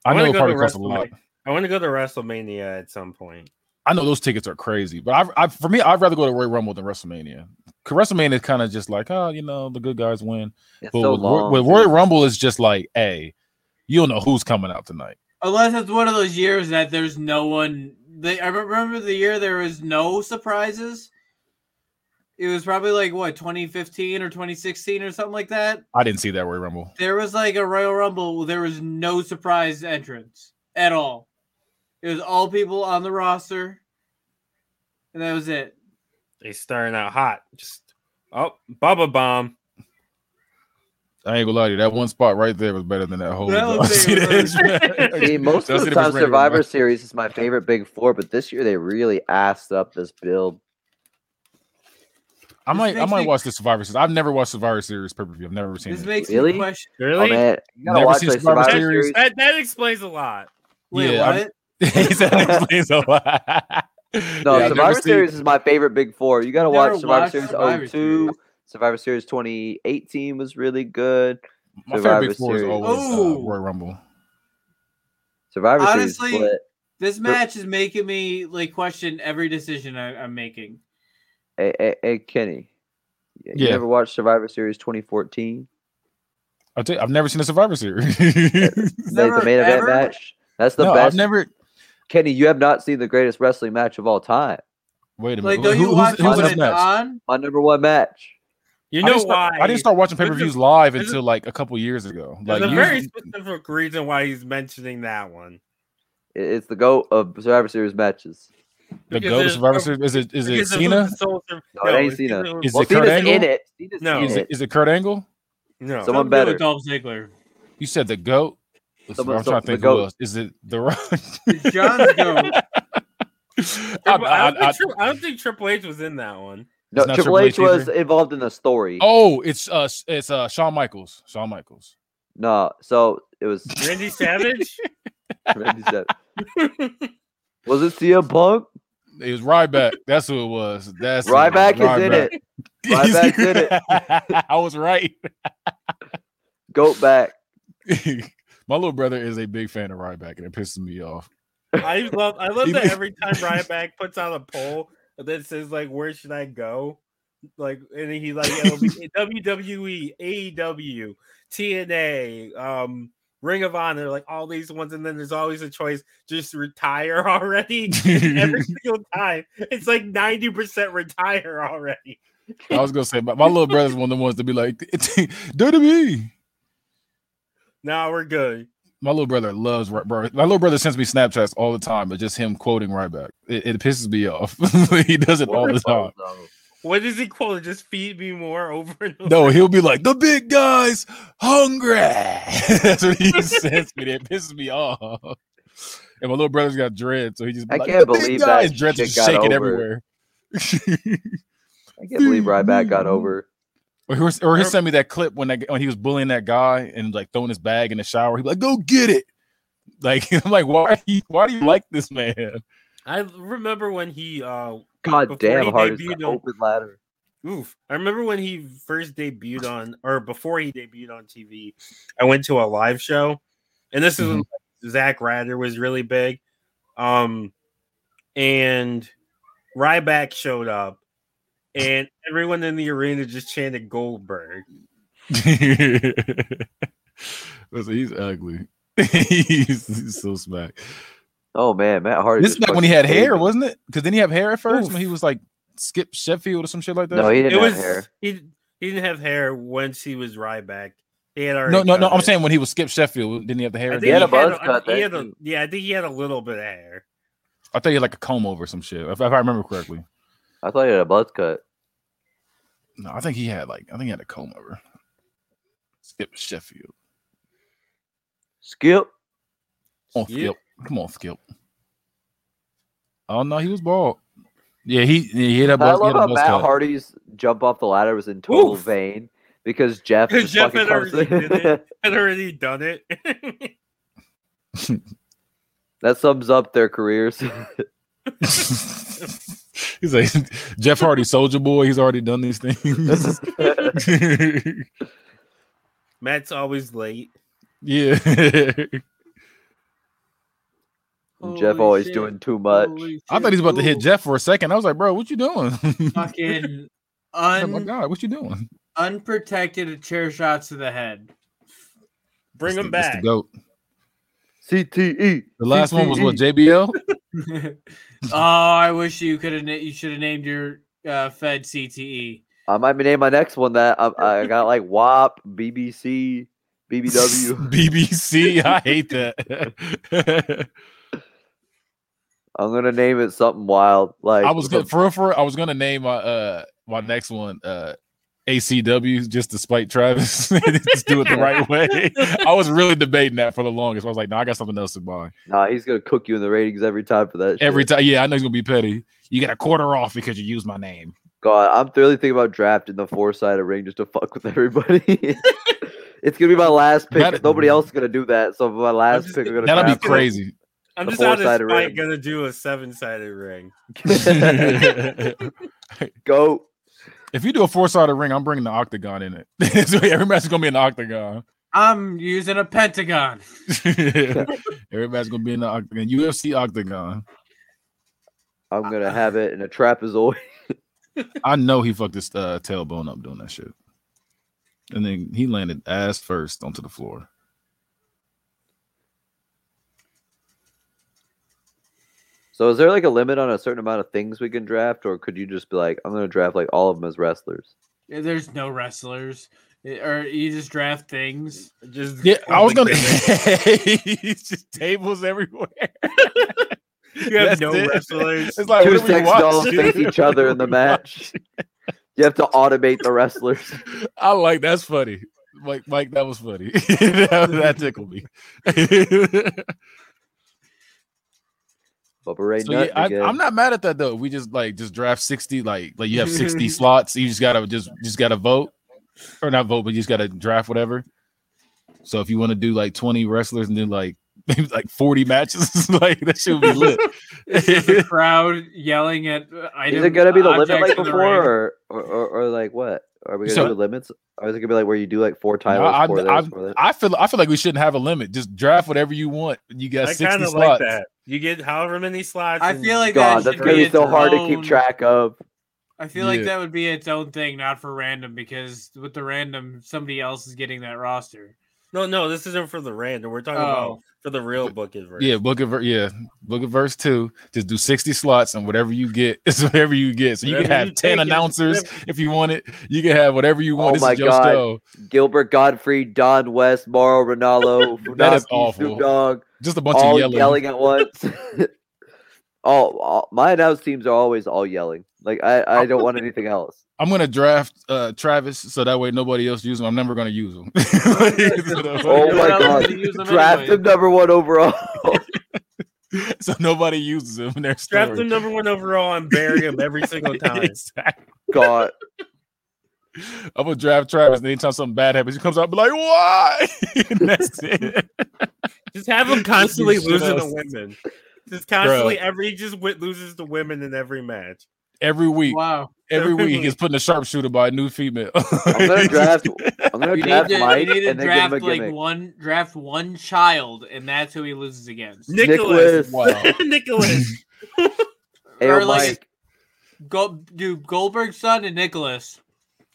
D: I know
A: wanna
D: it
A: go
D: probably
A: to
D: costs a lot.
A: WrestleMania. I want to go to WrestleMania at some point.
D: I know those tickets are crazy, but I, I for me, I'd rather go to Royal Rumble than WrestleMania. 'Cause WrestleMania is kind of just like, oh, you know, the good guys win.
C: It's
D: But
C: so
D: with, Roy-
C: long.
D: with
C: dude.
D: Royal Rumble, it's just like, hey, you don't know who's coming out tonight.
B: Unless it's one of those years that there's no one. They, I remember the year there was no surprises. It was probably like what 2015 or 2016 or something like that.
D: I didn't see that Royal Rumble.
B: There was like a Royal Rumble. Where there was no surprise entrance at all. It was all people on the roster, and that was it.
A: They starting out hot. Just oh, Bubba Bomb.
D: I ain't gonna lie to you. That one spot right there was better than that whole. [LAUGHS]
B: That
D: John
B: was it,
D: Cena
B: right.
D: match. [LAUGHS]
C: [LAUGHS] See, most
D: John
C: of the
D: Cena versus
C: time,
D: Randy
C: Survivor
D: Orton.
C: Series is my favorite Big Four, but this year they really assed up this build.
D: I
B: This
D: might, I
B: makes
D: might
B: me-
D: watch the Survivor Series. I've never watched Survivor Series pay per view. I've never seen
B: This
D: it.
B: makes
C: Really?
B: me question.
A: Really?
C: Oh man, you gotta
D: Never
C: watch
D: seen
C: like,
D: Survivor
C: Survivor
A: Series.
C: Series.
A: That that explains a lot.
B: Wait,
D: Yeah, I'm-
B: what?
D: [LAUGHS]
B: [LAUGHS]
D: he said that explains a lot.
C: No,
D: Yeah, I've never
C: Survivor
D: seen-
C: Series is my favorite Big Four. You gotta
B: Never
C: watch Survivor
B: watched
C: Series
B: Survivor
C: 02. Survivor Series 2018 was really good.
D: My
C: Survivor
D: favorite Big Four is
C: Series.
D: always uh,
B: Oh.
D: Royal Rumble.
C: Survivor
B: Honestly,
C: Series split.
B: This match is making me like question every decision I, I'm making.
C: Hey, hey, hey, Kenny, you
D: Yeah.
C: never watched Survivor Series 2014?
D: I tell you, I've never seen a Survivor Series.
C: Like the
B: Never,
C: main event
B: ever?
C: match? That's the
D: [LAUGHS] no, I've
C: best.
D: never.
C: Kenny, you have not seen the greatest wrestling match of all time.
D: Wait a minute.
B: Like, don't
D: Who-
B: you
D: who's-
B: watch it
D: who's
B: when
D: this
B: it's
D: match?
B: on?
C: My number one match.
A: You
D: I
A: know
D: didn't start,
A: why?
D: I didn't start watching pay
A: There's
D: per
A: a-
D: views live
A: there's a-
D: until like a couple years ago. Like
A: There's a
D: you-
A: very specific reason why he's mentioning that one.
C: I- It's the goat of Survivor Series matches.
D: the
A: because
D: go to
A: there's-
D: Survivor Series is it is it
A: Because of who
D: Cena?
A: the Soul Sur-
C: No, it ain't
A: it's
C: Cena.
A: either-
D: Is
C: well,
D: it Kurt
C: Cena's in
D: Angle?
C: it. Cena's
A: No.
C: in
D: Is it,
C: it.
D: is it Kurt Angle?
A: No.
C: Someone
B: Something to do
C: better.
B: with Dolph Ziggler.
D: You said the goat. Listen,
C: Someone-
D: I'm trying
C: some-
D: to
C: the
D: think who
C: GOAT.
D: else. Is it the Rock?
B: It's
D: [LAUGHS]
B: John's go.
D: I-
A: Triple- I, don't
D: I- I-
A: think, Tri- I don't think Triple H was in that one.
C: No,
D: It's not
C: Triple,
D: Triple
C: H
D: H
C: was
D: either.
C: involved in the story.
D: oh, it's uh it's uh Shawn Michaels. Shawn Michaels.
C: No, so it was.
A: Randy Savage?
C: Randy said- was it
D: [LAUGHS]
C: CM Punk?
D: It was Ryback. That's who it was. That's who it was.
C: Ryback is in it.
D: [LAUGHS]
C: Ryback did
D: it. [LAUGHS] I was right.
C: Goat back.
D: My little brother is a big fan of Ryback, and it pisses me off.
A: I love I love
D: He
A: that
D: was-
A: every time Ryback puts out a poll that says like where should I go? Like and then he like it'll be E, WWE, AEW, TNA, um, Ring of Honor, like all these ones, and then there's always a choice, just retire [LAUGHS] already. Every single time. It's like 90% retire already.
D: I was gonna say, my, my little brother's one of the ones to be like, [LAUGHS] WWE.
A: Now we're good.
D: My little brother loves Ry- bro. My little brother sends me Snapchats all the time, but just him quoting Ryback, it, it pisses me off. [LAUGHS] he does it all the time.
A: What is he quote? Just feed me more over and over.
D: No, he'll be like, the big guy's hungry. [LAUGHS] That's what he [LAUGHS] says to me. That pisses me off. And my little brother's got dread, so he just be
C: I
D: like,
C: can't
D: "The big
C: believe
D: guy,"
C: that
D: his dreads
C: shit
D: just
C: got
D: shaking everywhere.
C: over. I can't believe Ryback got over.
D: or, he was- or he
A: Or-
D: sent me that clip when that when he was bullying that guy and like throwing his bag in the shower. He'd be like, "Go get it!" Like [LAUGHS] I'm like, why? Are you, why do you like this [LAUGHS] man?
A: I remember when he uh
C: God
A: Before he
C: damn, hard as
A: debuted
C: an
A: on-
C: open ladder.
A: Oof. I remember when he first debuted on, or before he debuted on TV, I went to a live show, and this is when
C: Mm-hmm.
A: Zach Ryder was really big. Um, and Ryback showed up, and everyone in the arena just chanted Goldberg.
D: Listen, he's ugly. [LAUGHS] he's, he's so smack.
C: Oh man, Matt Hardy.
D: This is
C: just
D: back when he
C: fucking
D: had
C: saved
D: hair,
C: him.
D: wasn't it? Because then he have hair at first
A: Oof.
D: when he was like Skip Sheffield or some shit like that.
C: No, he
A: It
C: didn't
A: was
C: have hair.
A: he. He didn't have hair once he was Ryback. He had already
D: no, no, no.
A: cut
D: I'm
A: it.
D: saying when he was Skip Sheffield, didn't he have the
A: I
D: hair?
A: think
D: again?
C: had a
A: he had
C: buzz
A: a- I
C: cut,
A: think he had
C: didn't
A: a- yeah, I think he had a little bit of hair. [LAUGHS]
D: I thought he had like a comb over or some shit, if, if I remember correctly.
C: I thought he had a buzz cut.
D: No, I think he had like I think he had a comb over. Skip Sheffield.
C: Skip.
D: Come on,
A: Skip.
D: Skip. Come on, Skip. Oh no, he was bald. Yeah, he he had a
C: I
D: buzz, he
C: love
D: had a
C: how
D: buzz
C: Matt
D: cut.
C: Hardy's jump off the ladder was in total
A: Oof.
C: vain because Jeff just
A: Jeff
C: fucking
A: had
C: comes
A: already did
C: in.
A: it. Had already done it.
C: [LAUGHS]
A: [LAUGHS]
C: that sums up their careers. [LAUGHS]
D: [LAUGHS] he's like Jeff Hardy, Soldier Boy. He's already done these [LAUGHS] things.
A: Matt's always late.
D: yeah,
C: Jeff
B: Holy
C: always
B: shit.
C: doing too much.
B: Holy
D: I thought he
B: shit.
D: was about to hit
B: Ooh,
D: Jeff for a second. I was like, bro, what you doing? [LAUGHS]
B: Fucking
D: oh my
B: un-
D: god, what you doing?
B: unprotected chair shots to the
D: [LAUGHS]
B: head. [LAUGHS]
A: Bring
D: It's
A: him
D: the- it's
A: back.
D: The, goat.
C: CTE.
D: the last one was what
C: CTE.
D: JBL.
B: oh, I wish you could have. Na- you should have named your uh, Fed E. CTE.
C: I might name my next one that I,
D: [LAUGHS]
C: I got like WAP, BBC,
D: [LAUGHS]
C: BBW.
D: BBC. I hate
C: [LAUGHS]
D: that.
C: I'm gonna name it something wild. Like
D: I was
C: some-
D: good for real, for real, I was gonna name my uh my next one uh ACW just to spite Travis. [LAUGHS] just do it the right way. I was really debating that for the longest. I was like, no, I got something else to buy.
C: Nah, he's gonna cook you in the ratings every time for that.
D: Every
C: shit.
D: time, yeah, I know he's gonna be petty. You got a quarter off because you used my name.
C: God, I'm really thinking about drafting the four sided ring just to fuck with everybody.
D: [LAUGHS]
C: it's gonna be my last pick.
D: That-
C: Nobody else is gonna do that, so my last
A: just-
C: pick, I'm gonna
D: That'll be
C: draft [LAUGHS] it.
D: crazy.
A: I'm
C: The
A: just out of
C: four-sided ring.
A: spite gonna do a seven sided ring.
D: if
C: Go.
D: you do a four sided ring, I'm bringing the octagon in it. [LAUGHS] so every match is gonna be an octagon. [LAUGHS]
B: I'm using a pentagon.
D: every match is gonna be in the octagon. UFC octagon.
C: I'm gonna have it in a trapezoid. [LAUGHS]
D: I know he fucked his uh, tailbone up doing that shit. And then he landed ass first onto the floor.
C: So, is there like a limit on a certain amount of things we can draft, or could you just be like, I'm gonna draft like all of them as wrestlers?
B: Yeah, There's no wrestlers, It- or you just draft things.
A: Just
D: Yeah, I was
A: Like,
D: gonna. [LAUGHS] It's just tables everywhere.
A: [LAUGHS] You have
D: That's
A: no
D: it.
A: wrestlers.
D: [LAUGHS] It's like
C: Two
D: what do we
C: sex
D: watch,
C: dolls
D: dude?
C: face each
D: [LAUGHS]
C: other in the match. You have to automate the wrestlers.
D: I like that's funny. Mike, Mike, that was funny. [LAUGHS] that, that tickled me. [LAUGHS] so
C: Bubba Ray
D: yeah,
C: Nut
D: I,
C: again.
D: I'm not mad at that though. We just like just draft sixty, like like you
A: [LAUGHS]
D: have sixty slots. You just gotta just just gotta vote, or not vote, but you just gotta draft whatever. So if you want to do like twenty wrestlers and then like [LAUGHS] maybe like forty matches, [LAUGHS] like that should be
A: [LAUGHS]
D: lit.
B: It's just a crowd yelling at uh,
C: Is
B: items.
C: it gonna be the limit
B: objects
C: like
B: in the
C: before,
B: ring.
C: or, or, or or like what? Are we gonna
D: So-
C: do the limits? Or is it gonna be like where you do like four
D: No,
C: titles,
D: I-
C: four this,
D: I-
C: four that?
D: I feel I feel like we shouldn't have a limit. Just draft whatever you want. You got
A: I kind
D: sixty
A: of like
D: slots.
A: that. You get however many slots.
B: I
A: and-
B: feel like
C: God,
B: that
C: that's
B: should
C: gonna be
B: its
C: so hard to keep
B: own-
C: track of.
B: I feel
D: Yeah.
B: like that would be its own thing, not for random, because with the random, somebody else is getting that roster.
A: no, no, this isn't for the random. We're talking
B: Oh,
A: about for the real book adverse.
D: Yeah, book of Ver- yeah, book of verse two. Just do sixty slots, and whatever you get [LAUGHS] is whatever you get. So you can
A: Whatever
D: have
A: you
D: ten
A: take is
D: announcers if you want it. You can have whatever you want.
C: Oh
D: this
C: my
D: is your
C: God.
D: show.
C: Gilbert Godfrey, Don West, Mauro
D: [LAUGHS]
C: Ronaldo,
D: That is
C: Funaki,
D: awful.
C: Snoop Dogg,
D: Just a bunch
C: all
D: of
C: yelling.
D: yelling.
C: at once. [LAUGHS] all, all my announced teams are always all yelling. Like I, I don't want anything else.
D: I'm gonna draft uh Travis so that way nobody else uses him. I'm never gonna use him. [LAUGHS] so,
C: Oh
B: Everyone
D: [LAUGHS]
C: my
B: else is
C: God,
B: gonna use them
C: Draft
B: anyway.
C: him number
B: [LAUGHS]
C: one overall. Oh,
D: nobody uses him. In their
A: Draft
D: story.
A: him number one overall and bury him every
D: [LAUGHS]
A: single time.
D: Exactly.
C: God,
D: I'm gonna draft Travis. And anytime something bad happens, he comes out and be like, "Why?" [LAUGHS] And
C: [LAUGHS]
D: that's it.
A: Just have him constantly
D: shit
A: losing
D: us.
A: to women. Just constantly every he just wi- loses to women in every match.
D: Every week,
B: Wow.
D: every week,
A: Everybody.
D: he's putting a sharpshooter by a new female. [LAUGHS]
C: I'm gonna draft. I'm
B: You
C: gonna
B: need
C: draft
B: to,
C: Mike
B: you need to
C: and then give him a
B: draft like
C: gimmick.
B: one draft one child, and that's who he loses against.
A: Nicholas. [LAUGHS]
D: Wow.
A: Nicholas.
C: Hey,
B: or
C: yo,
B: like-
C: Mike,
B: Go do Goldberg's son and Nicholas.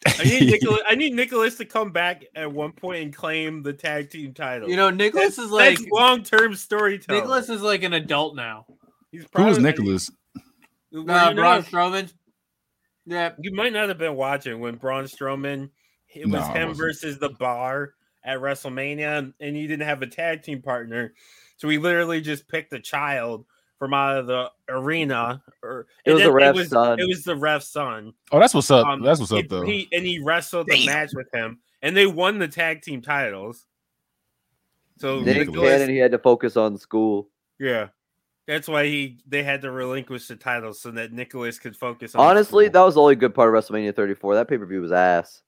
A: I
D: [LAUGHS]
A: need Nicholas I need Nicholas to come back at one point and claim the tag team title.
B: You know, Nicholas is like
A: that's long term storytelling.
B: Nicholas is like an adult now.
A: He's
D: Who's
A: probably-
D: Nicholas?
A: Well,
B: Uh,
A: you, know,
B: Braun Strowman. Yeah,
A: you might not have been watching when Braun Strowman it
D: No,
A: was
D: I
A: him
D: wasn't.
A: versus the bar at WrestleMania, and- and he didn't have a tag team partner, so he literally just picked a child from out of the arena. Or
C: It was
A: and
C: the
A: then
C: ref's son.
A: It was the ref's son.
D: Oh, that's what's up.
A: Um,
D: that's what's up,
A: he-
D: though.
A: he- and he wrestled the match with him, and they won the tag team titles. So
C: Nick
D: Nicholas.
C: Cannon, he had to focus on school.
A: yeah. That's why he they had to relinquish the titles so that Nicholas could focus on
C: Honestly,
A: school.
C: that was the only good part of WrestleMania 34. That pay per view was ass.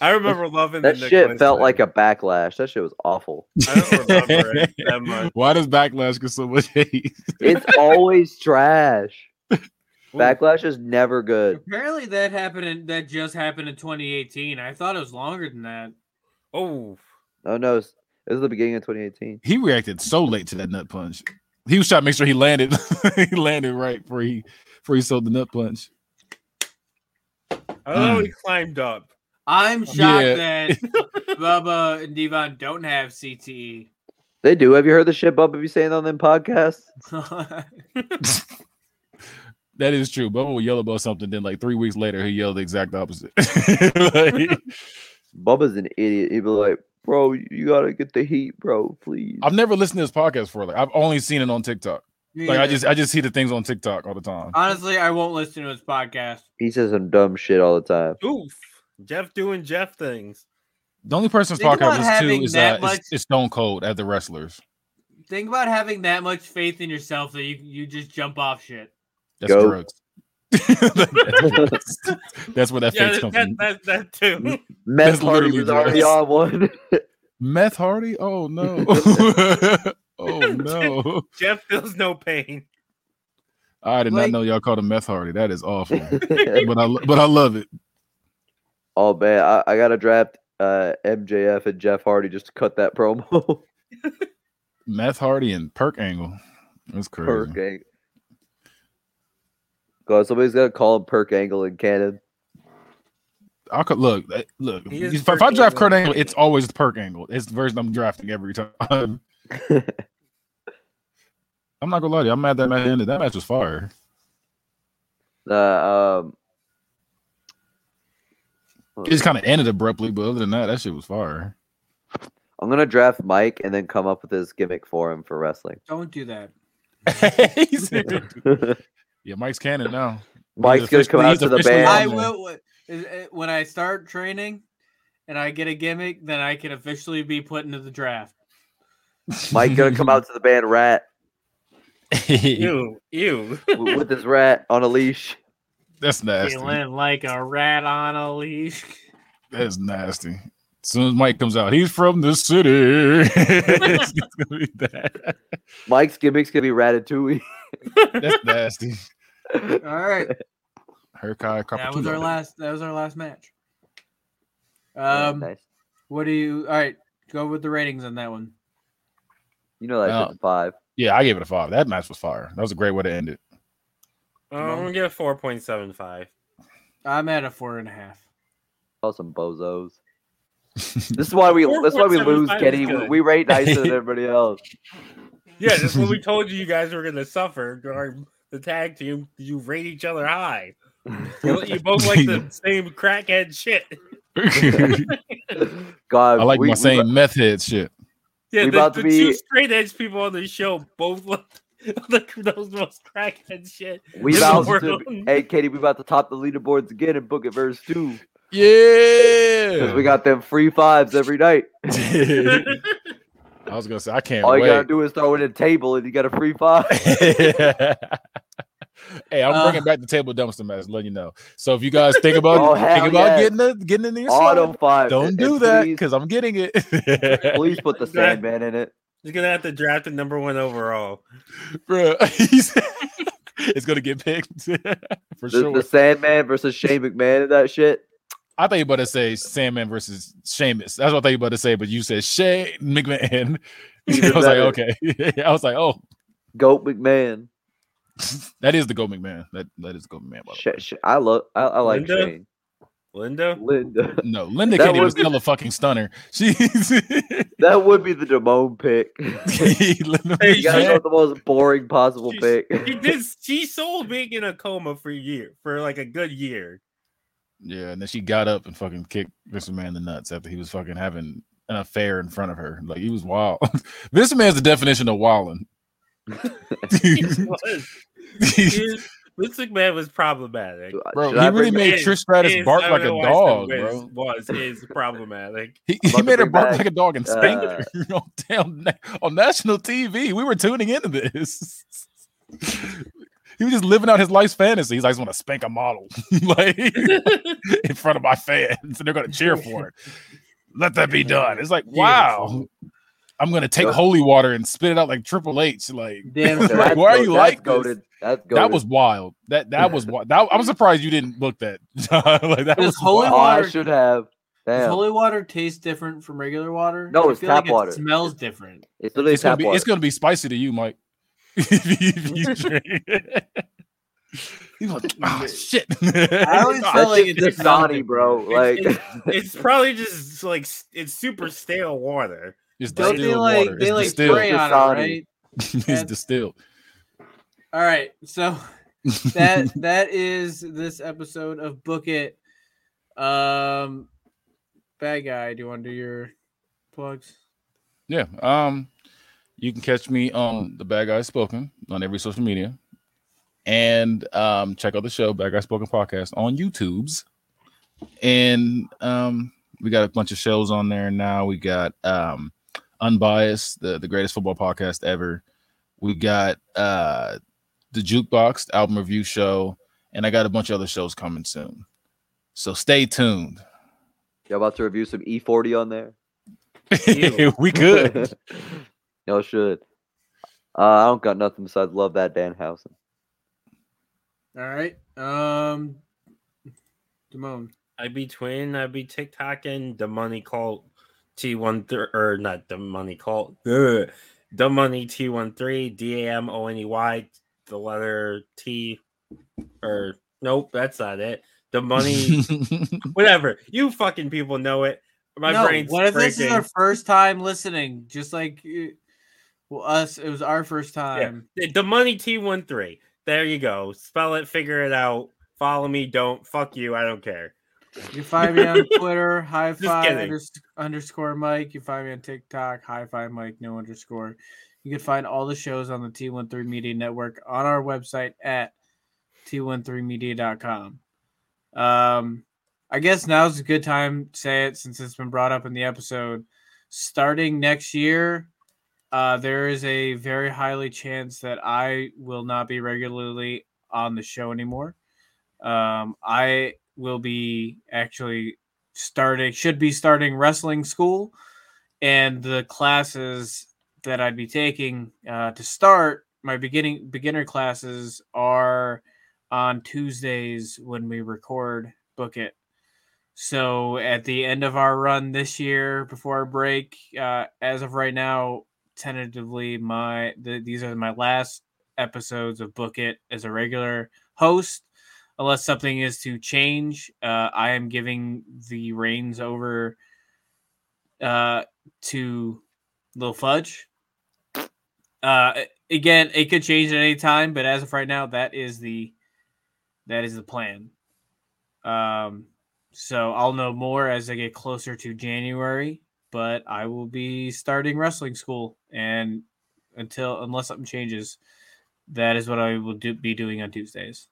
A: I remember loving
C: That
A: the
C: shit
A: Nicholas
C: felt
A: thing.
C: like a backlash. That shit was
B: [LAUGHS]
C: awful.
A: I
C: [LAUGHS]
A: don't remember it that much.
D: [LAUGHS] Why does backlash get so much hate?
C: It's always
B: [LAUGHS]
C: trash.
A: Ooh.
C: Backlash is never good.
B: apparently that happened. In, that just happened in 2018. I thought it was longer than that.
A: Oh,
C: Oh no, it was the beginning of 2018.
D: He reacted so late to that nut punch. He was trying to make sure he landed. [LAUGHS] he landed right before he before he sold the nut
B: [LAUGHS]
D: punch.
A: I love how Oh, he climbed up.
B: I'm shocked
D: Yeah. [LAUGHS]
B: that Bubba and Devon don't have CTE.
C: They do. Have you heard the shit Bubba be saying on them podcasts?
B: E. [LAUGHS]
D: That is true. Bubba will yell about something, then like three weeks later, he yelled the exact opposite. [LAUGHS] Like,
C: Bubba's an idiot. He'd be like, "Bro, you gotta get the heat, bro, please."
D: I've never listened to his podcast before. Like I've only seen it on TikTok. Like I just I just see the things on TikTok all the time.
B: honestly, I won't listen to his podcast.
C: He says some dumb shit all the time.
A: Oof. Jeff doing Jeff things.
D: The only person's
B: Think
D: podcast
B: about
D: I listen
B: having
D: to is,
B: that
D: uh,
B: much-
D: is, is Stone Cold at the wrestlers.
B: Think about having that much faith in yourself that you you just jump off shit.
D: That's
C: Go.
D: drugs. That's drugs. [LAUGHS] That's where that
A: Yeah,
D: faith
A: that,
D: comes
A: that, that,
D: from.
A: that too. [LAUGHS]
C: Meth
D: That's
C: Hardy
D: literally
C: was
D: the
C: already
D: rest.
C: on one. [LAUGHS]
D: Meth Hardy? Oh no. [LAUGHS] oh no.
A: Jeff feels no pain.
D: I did
B: Like-
D: not know y'all called him Meth Hardy. That is
C: [LAUGHS]
D: awful. but I lo- but I love it.
C: oh man, I, I gotta draft uh, MJF and Jeff Hardy just to cut that promo. [LAUGHS]
D: Meth Hardy and Perk Angle. That's crazy.
C: Perk angle. God, somebody's gotta call him Perk Angle in canon.
D: I'll co- look eh, look.
A: He is
D: If, if I
A: Perk
D: draft
A: Angle.
D: Kurt Angle, it's always Perk Angle. It's the version I'm drafting every time. [LAUGHS] I'm not gonna lie to you. I'm mad that match ended. That match was fire.
C: Uh, um,
D: It just kind of ended abruptly, but other than that, that shit
A: [LAUGHS]
D: was fire. [LAUGHS]
C: I'm gonna draft Mike and then come up with his gimmick for him for wrestling. [LAUGHS]
B: Don't do that.
D: He said- yeah, Mike's
A: [LAUGHS]
D: canon now.
C: Mike's gonna come
D: officially-
C: out
D: he's
C: to the
D: officially
C: band.
B: I
D: on there.
B: will wh- is- eh, when I start training and I get a gimmick, then I can officially be put into the draft.
C: Mike
D: [LAUGHS]
C: gonna come out to the band Rat
A: Ew. Ew.
C: w- with his rat on a leash.
D: That's nasty.
B: Feeling like a rat on a leash. [LAUGHS]
D: That's nasty. As soon as Mike comes out, he's from
B: [LAUGHS]
D: the city. [LAUGHS] It's gonna be that.
C: Mike's gimmick's gonna be [LAUGHS] Ratatouille.
D: That's nasty.
B: All right,
D: Herkai
B: that was our
D: Carpatullo.
B: last. That was our last match.
C: Yeah,
B: Um,
C: nice.
B: what do you? All right, go with the ratings on that one.
C: You know that's
D: well,
C: just a five.
D: Yeah, I gave it a five. That match was fire. That was a great way to end it.
A: Uh, I'm gonna get a 4.75.
B: I'm at a four and a half.
C: Call some
D: [LAUGHS]
C: bozos. This is why we. That's why we lose,
A: 4.75 is
C: Kenny. We,
A: good.
C: we rate nicer
D: [LAUGHS]
C: than everybody else.
A: Yeah, that's what we told you. You guys were gonna suffer during the tag team. You rate each other high. You, you both like the same crackhead shit.
C: [LAUGHS]
D: I
C: God,
D: like
C: we,
D: my
C: we-
D: same meth head shit.
A: Yeah,
C: We
A: the,
C: about to
A: the two
C: be-
A: straight edge people on the show both look [LAUGHS] like those most crackhead shit.
C: We
A: in the
C: about to.
A: world.
C: Be, hey, Kenny, we about to top the leaderboards again in Book It Verse Two
D: Yeah.
C: because we got them free fives every night.
D: I
A: [LAUGHS]
C: [LAUGHS]
D: was gonna say I can't
C: All you gotta
D: wait.
C: do is throw in a table and you got a
D: [LAUGHS]
C: free five.
D: hey, I'm
B: Uh,
D: bringing back the table dumpster match. Letting you know. So if you guys think about
C: [LAUGHS] Oh, hell
D: think about
C: yes.
D: getting it, getting in your slot,
C: Auto five.
D: don't
C: And
D: do that
C: please-
D: because I'm getting it.
C: Please
D: [LAUGHS]
C: put the Sandman in it.
A: You're gonna have to draft a number one overall.
D: Bro, [LAUGHS] it's gonna get picked [LAUGHS] for
C: The,
D: sure.
C: the Sandman versus Shane McMahon and
D: [LAUGHS]
C: that shit.
D: I thought you were about to say Sandman versus Sheamus. That's what I thought you were about to say, but you said Shane McMahon. [LAUGHS]
C: Even
D: I was like,
C: better.
D: okay. [LAUGHS] I was like, oh,
C: Goat McMahon.
D: that is the Go McMahon. That that is the Go McMahon. By the
C: Sh-
D: way.
C: sh- I love. I, I like
A: Linda?
C: Shane.
A: Linda,
C: Linda. [LAUGHS]
D: No, Linda
C: That
D: can't even
C: would be-
D: still a fucking stunner. [LAUGHS] She's
C: That would be the Damone pick. [LAUGHS]
D: [LAUGHS] Linda
A: Hey,
C: you gotta
D: McMahon.
C: go with the most boring possible
A: She's- [LAUGHS]
C: pick. [LAUGHS]
A: she did. She sold being in a coma for a year, for like a good
C: [LAUGHS]
A: year.
D: Yeah, and then she got up and fucking kicked Vince McMahon in the nuts after he was fucking having an affair in front of her. Like he was wild. [LAUGHS] Vince McMahon's the definition of [LAUGHS]
C: [LAUGHS]
D: wilding.
A: She was. She was- Vince McMahon was problematic.
D: Bro,
C: Should
D: he
C: I
D: really
C: [LAUGHS] bring-
D: made
A: Is-
D: Trish Stratus
A: Is-
D: bark
A: I don't
D: like a
A: know why I said
D: dog,
A: was,
D: bro.
A: Was
B: [LAUGHS]
A: is problematic.
D: He, he
C: about to
D: made her
C: bring
D: bark
C: back,
D: like a dog and spanked [LAUGHS]
C: uh,
D: her on, down, na- on national TV. We were tuning into this. [LAUGHS] he was just living out his life's fantasy. He's like, I just want to spank a model [LAUGHS] like in front of my fans, and they're going to cheer for it. Let that be done. It's like, wow. I'm going to take
C: Yeah.
D: holy water and spit it out like Triple H. Like,
B: Damn,
D: Like,
C: that's
D: why are
C: goat-
D: you
C: that's
D: like this?
C: goated. That's goated.
D: that was wild. That that [LAUGHS] was wild. That, I'm surprised you didn't book that. [LAUGHS] like that
B: Is
D: was
B: holy
D: wild.
C: Oh, I
B: water.
C: should have.
B: Does
C: Damn.
B: holy water tastes different from regular water?
C: No,
B: I
C: it's
B: feel
C: tap
B: like
C: water.
B: It smells different.
C: it's literally
D: it's gonna
C: tap
D: be
C: water.
D: it's gonna be spicy to you, Mike. [LAUGHS] if [LAUGHS] you drink. He's like, oh shit.
B: [LAUGHS]
D: [LAUGHS]
B: I always
C: That
B: felt like
C: shit's
B: it
C: just
B: tastes
C: naughty, bro. Like,
A: It's-
C: [LAUGHS]
A: It's probably just like s- it's super stale water.
D: It's
B: Don't they
D: distilled
B: like
D: water.
B: they
D: It's
B: like
D: distilled.
B: spray on it,
C: Dasani.
B: right?
D: [LAUGHS] it's distilled.
B: All right,
D: [LAUGHS]
B: so that that is this episode of Book It. Um, bad guy, do you want to do your plugs?
D: Yeah. Um You can catch me on the Bad Guys Spoken on every social media, and um, check out the show Bad Guys Spoken podcast on YouTube's, and um, we got a bunch of shows on there now. We got um, Unbiased, the the greatest football podcast ever. We got uh, the Jukebox the album review show, and I got a bunch of other shows coming soon. So stay tuned.
C: Y'all about to review some E40 on there?
A: Ew.
D: [LAUGHS] we could.
C: [LAUGHS] Y'all should. Uh, I don't got nothing besides love that Danhausen.
B: All right. Um, Damone.
A: I be twin. I be TikTok and the money cult T one three or not the money cult. Ugh. The money T one three D A M O N E Y. The letter T or nope, that's not it. The
B: [LAUGHS]
A: money,
D: [LAUGHS]
A: whatever you fucking people know it. My
B: no,
A: brain's
B: what if this is
A: breaking.
B: our first time listening? Just like uh, well, us, it was our first time.
A: The- The money T13. There you go. Spell it, figure it out. Follow me, don't. Fuck you, I don't care.
B: You can find me on Twitter, high
A: Just
B: five
A: kidding.
B: unders- underscore Mike. You find me on TikTok, high five Mike, no underscore. You can find all the shows on the T13 Media Network on our website at t13media.com. Um, I guess now's a good time to say it since it's been brought up in the episode. Starting next year, uh, there is a very highly chance that I will not be regularly on the show anymore. Um, I will be actually starting, should be starting wrestling school, and the classes that I'd be taking uh, to start my beginning beginner classes are on Tuesdays when we record Book It. So at the end of our run this year, before our break, uh, as of right now, tentatively, my the, these are my last episodes of Book It as a regular host unless something is to change. Uh, I am giving the reins over uh, to Lil Fudge. Uh, a- again, it could change at any time, but as of right now, that is the that is the plan. Um, so I'll know more as I get closer to January, but I will be starting wrestling school, and until unless something changes, that is what I will do, be doing on Tuesdays.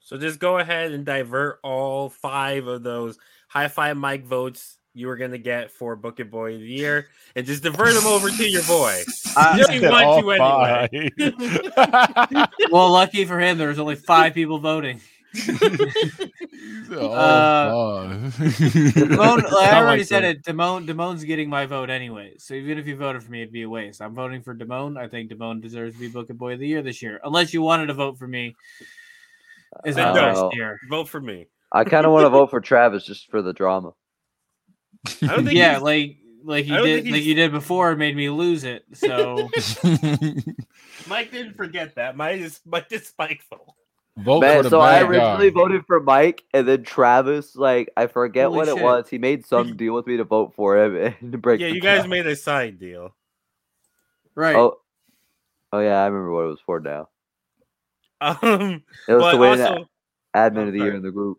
A: So just go ahead and divert all five of those high five mic votes you were gonna get for Book It Boy of the Year and just divert them over to your boy.
B: I-
A: Yeah, we want you [LAUGHS]
D: anyway.
B: well, lucky for him, there was only five people voting. [LAUGHS] Damone, I already said it. Damone, Damone's getting my vote anyway. So even if you voted for me, it'd be a waste. I'm voting for Damone. I think Damone deserves to be Book Boy of the Year this year, unless you wanted to vote for me. Is
A: Uh,
B: that
C: no.
B: last
A: [LAUGHS]
B: year?
A: Vote for me.
C: I kind of want to vote for Travis just for the drama.
A: I don't think
B: Yeah,
A: he's-
B: like like
A: I
B: you
A: don't
B: did,
A: think
B: like
A: he's-
B: you did before, made me lose it. So
A: Mike didn't forget that. Mike is Mike is spiteful.
D: [LAUGHS] Vote
C: Man,
D: for the
C: so I
D: bad guy.
C: originally voted for Mike, and then Travis, like I forget
B: Holy
C: what
B: shit.
C: it was. He made
A: [LAUGHS]
C: some deal with me to vote for him [LAUGHS] and to break.
A: Yeah,
C: the
A: you guys
C: tie.
A: made a side deal.
B: [LAUGHS]
A: [LAUGHS]
B: right,
C: Oh, oh yeah, I remember what it was for now.
A: Um,
C: It was to
A: but
C: win
A: also,
C: admin
A: oh,
C: of the year
A: sorry.
C: in the group.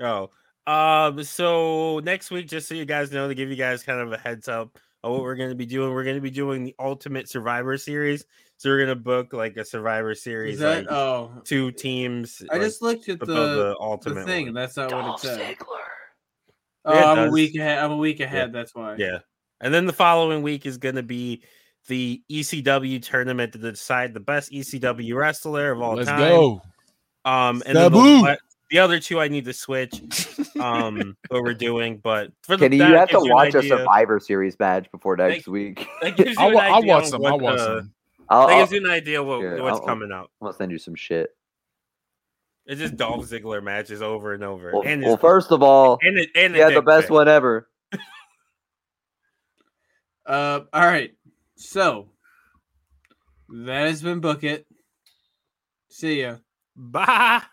A: Oh, um, so next week, just so you guys know, to give you guys kind of a heads up on what we're going to be doing, we're going to be doing the Ultimate Survivor Series. So we're going to book like a Survivor Series,
B: is that?
A: like
B: Oh,
A: two teams.
B: I
A: like,
B: just looked at
A: above
B: the the,
A: ultimate
B: thing.
A: one.
B: That's not what it said. Oh,
A: Yeah, it
B: I'm a
A: does.
B: week ahead. I'm a week ahead. That's why.
A: Yeah, and then the following week is going to be the ECW tournament to decide the best ECW wrestler of all
D: Let's
A: time.
D: go.
A: Um, and then
D: Sabu.
A: the, the other two I need to switch. Um, what we're doing, but for the
C: Kenny, you
A: that
C: have to
A: gives an
C: watch a
A: idea-
C: Survivor Series match before next
A: Thank-
C: week. [LAUGHS]
A: that gives you
D: [LAUGHS] I
A: an
D: wa- I
A: idea
D: watch
A: on
D: some. I
A: what
D: watch
A: the-
D: some.
C: I'll,
A: That
C: I'll,
A: gives you an idea what,
C: Uh, Yeah,
A: what's
C: I'll-
A: coming up.
C: I'll send you some shit.
A: It's just Dolph Ziggler matches over and over.
C: Well,
A: and
C: well,
A: his-
C: first of all,
A: and it, and
C: he had the
A: dick
C: best
A: pic.
C: one ever.
B: Uh, all right. So that has been Book It. See ya.
A: Bye.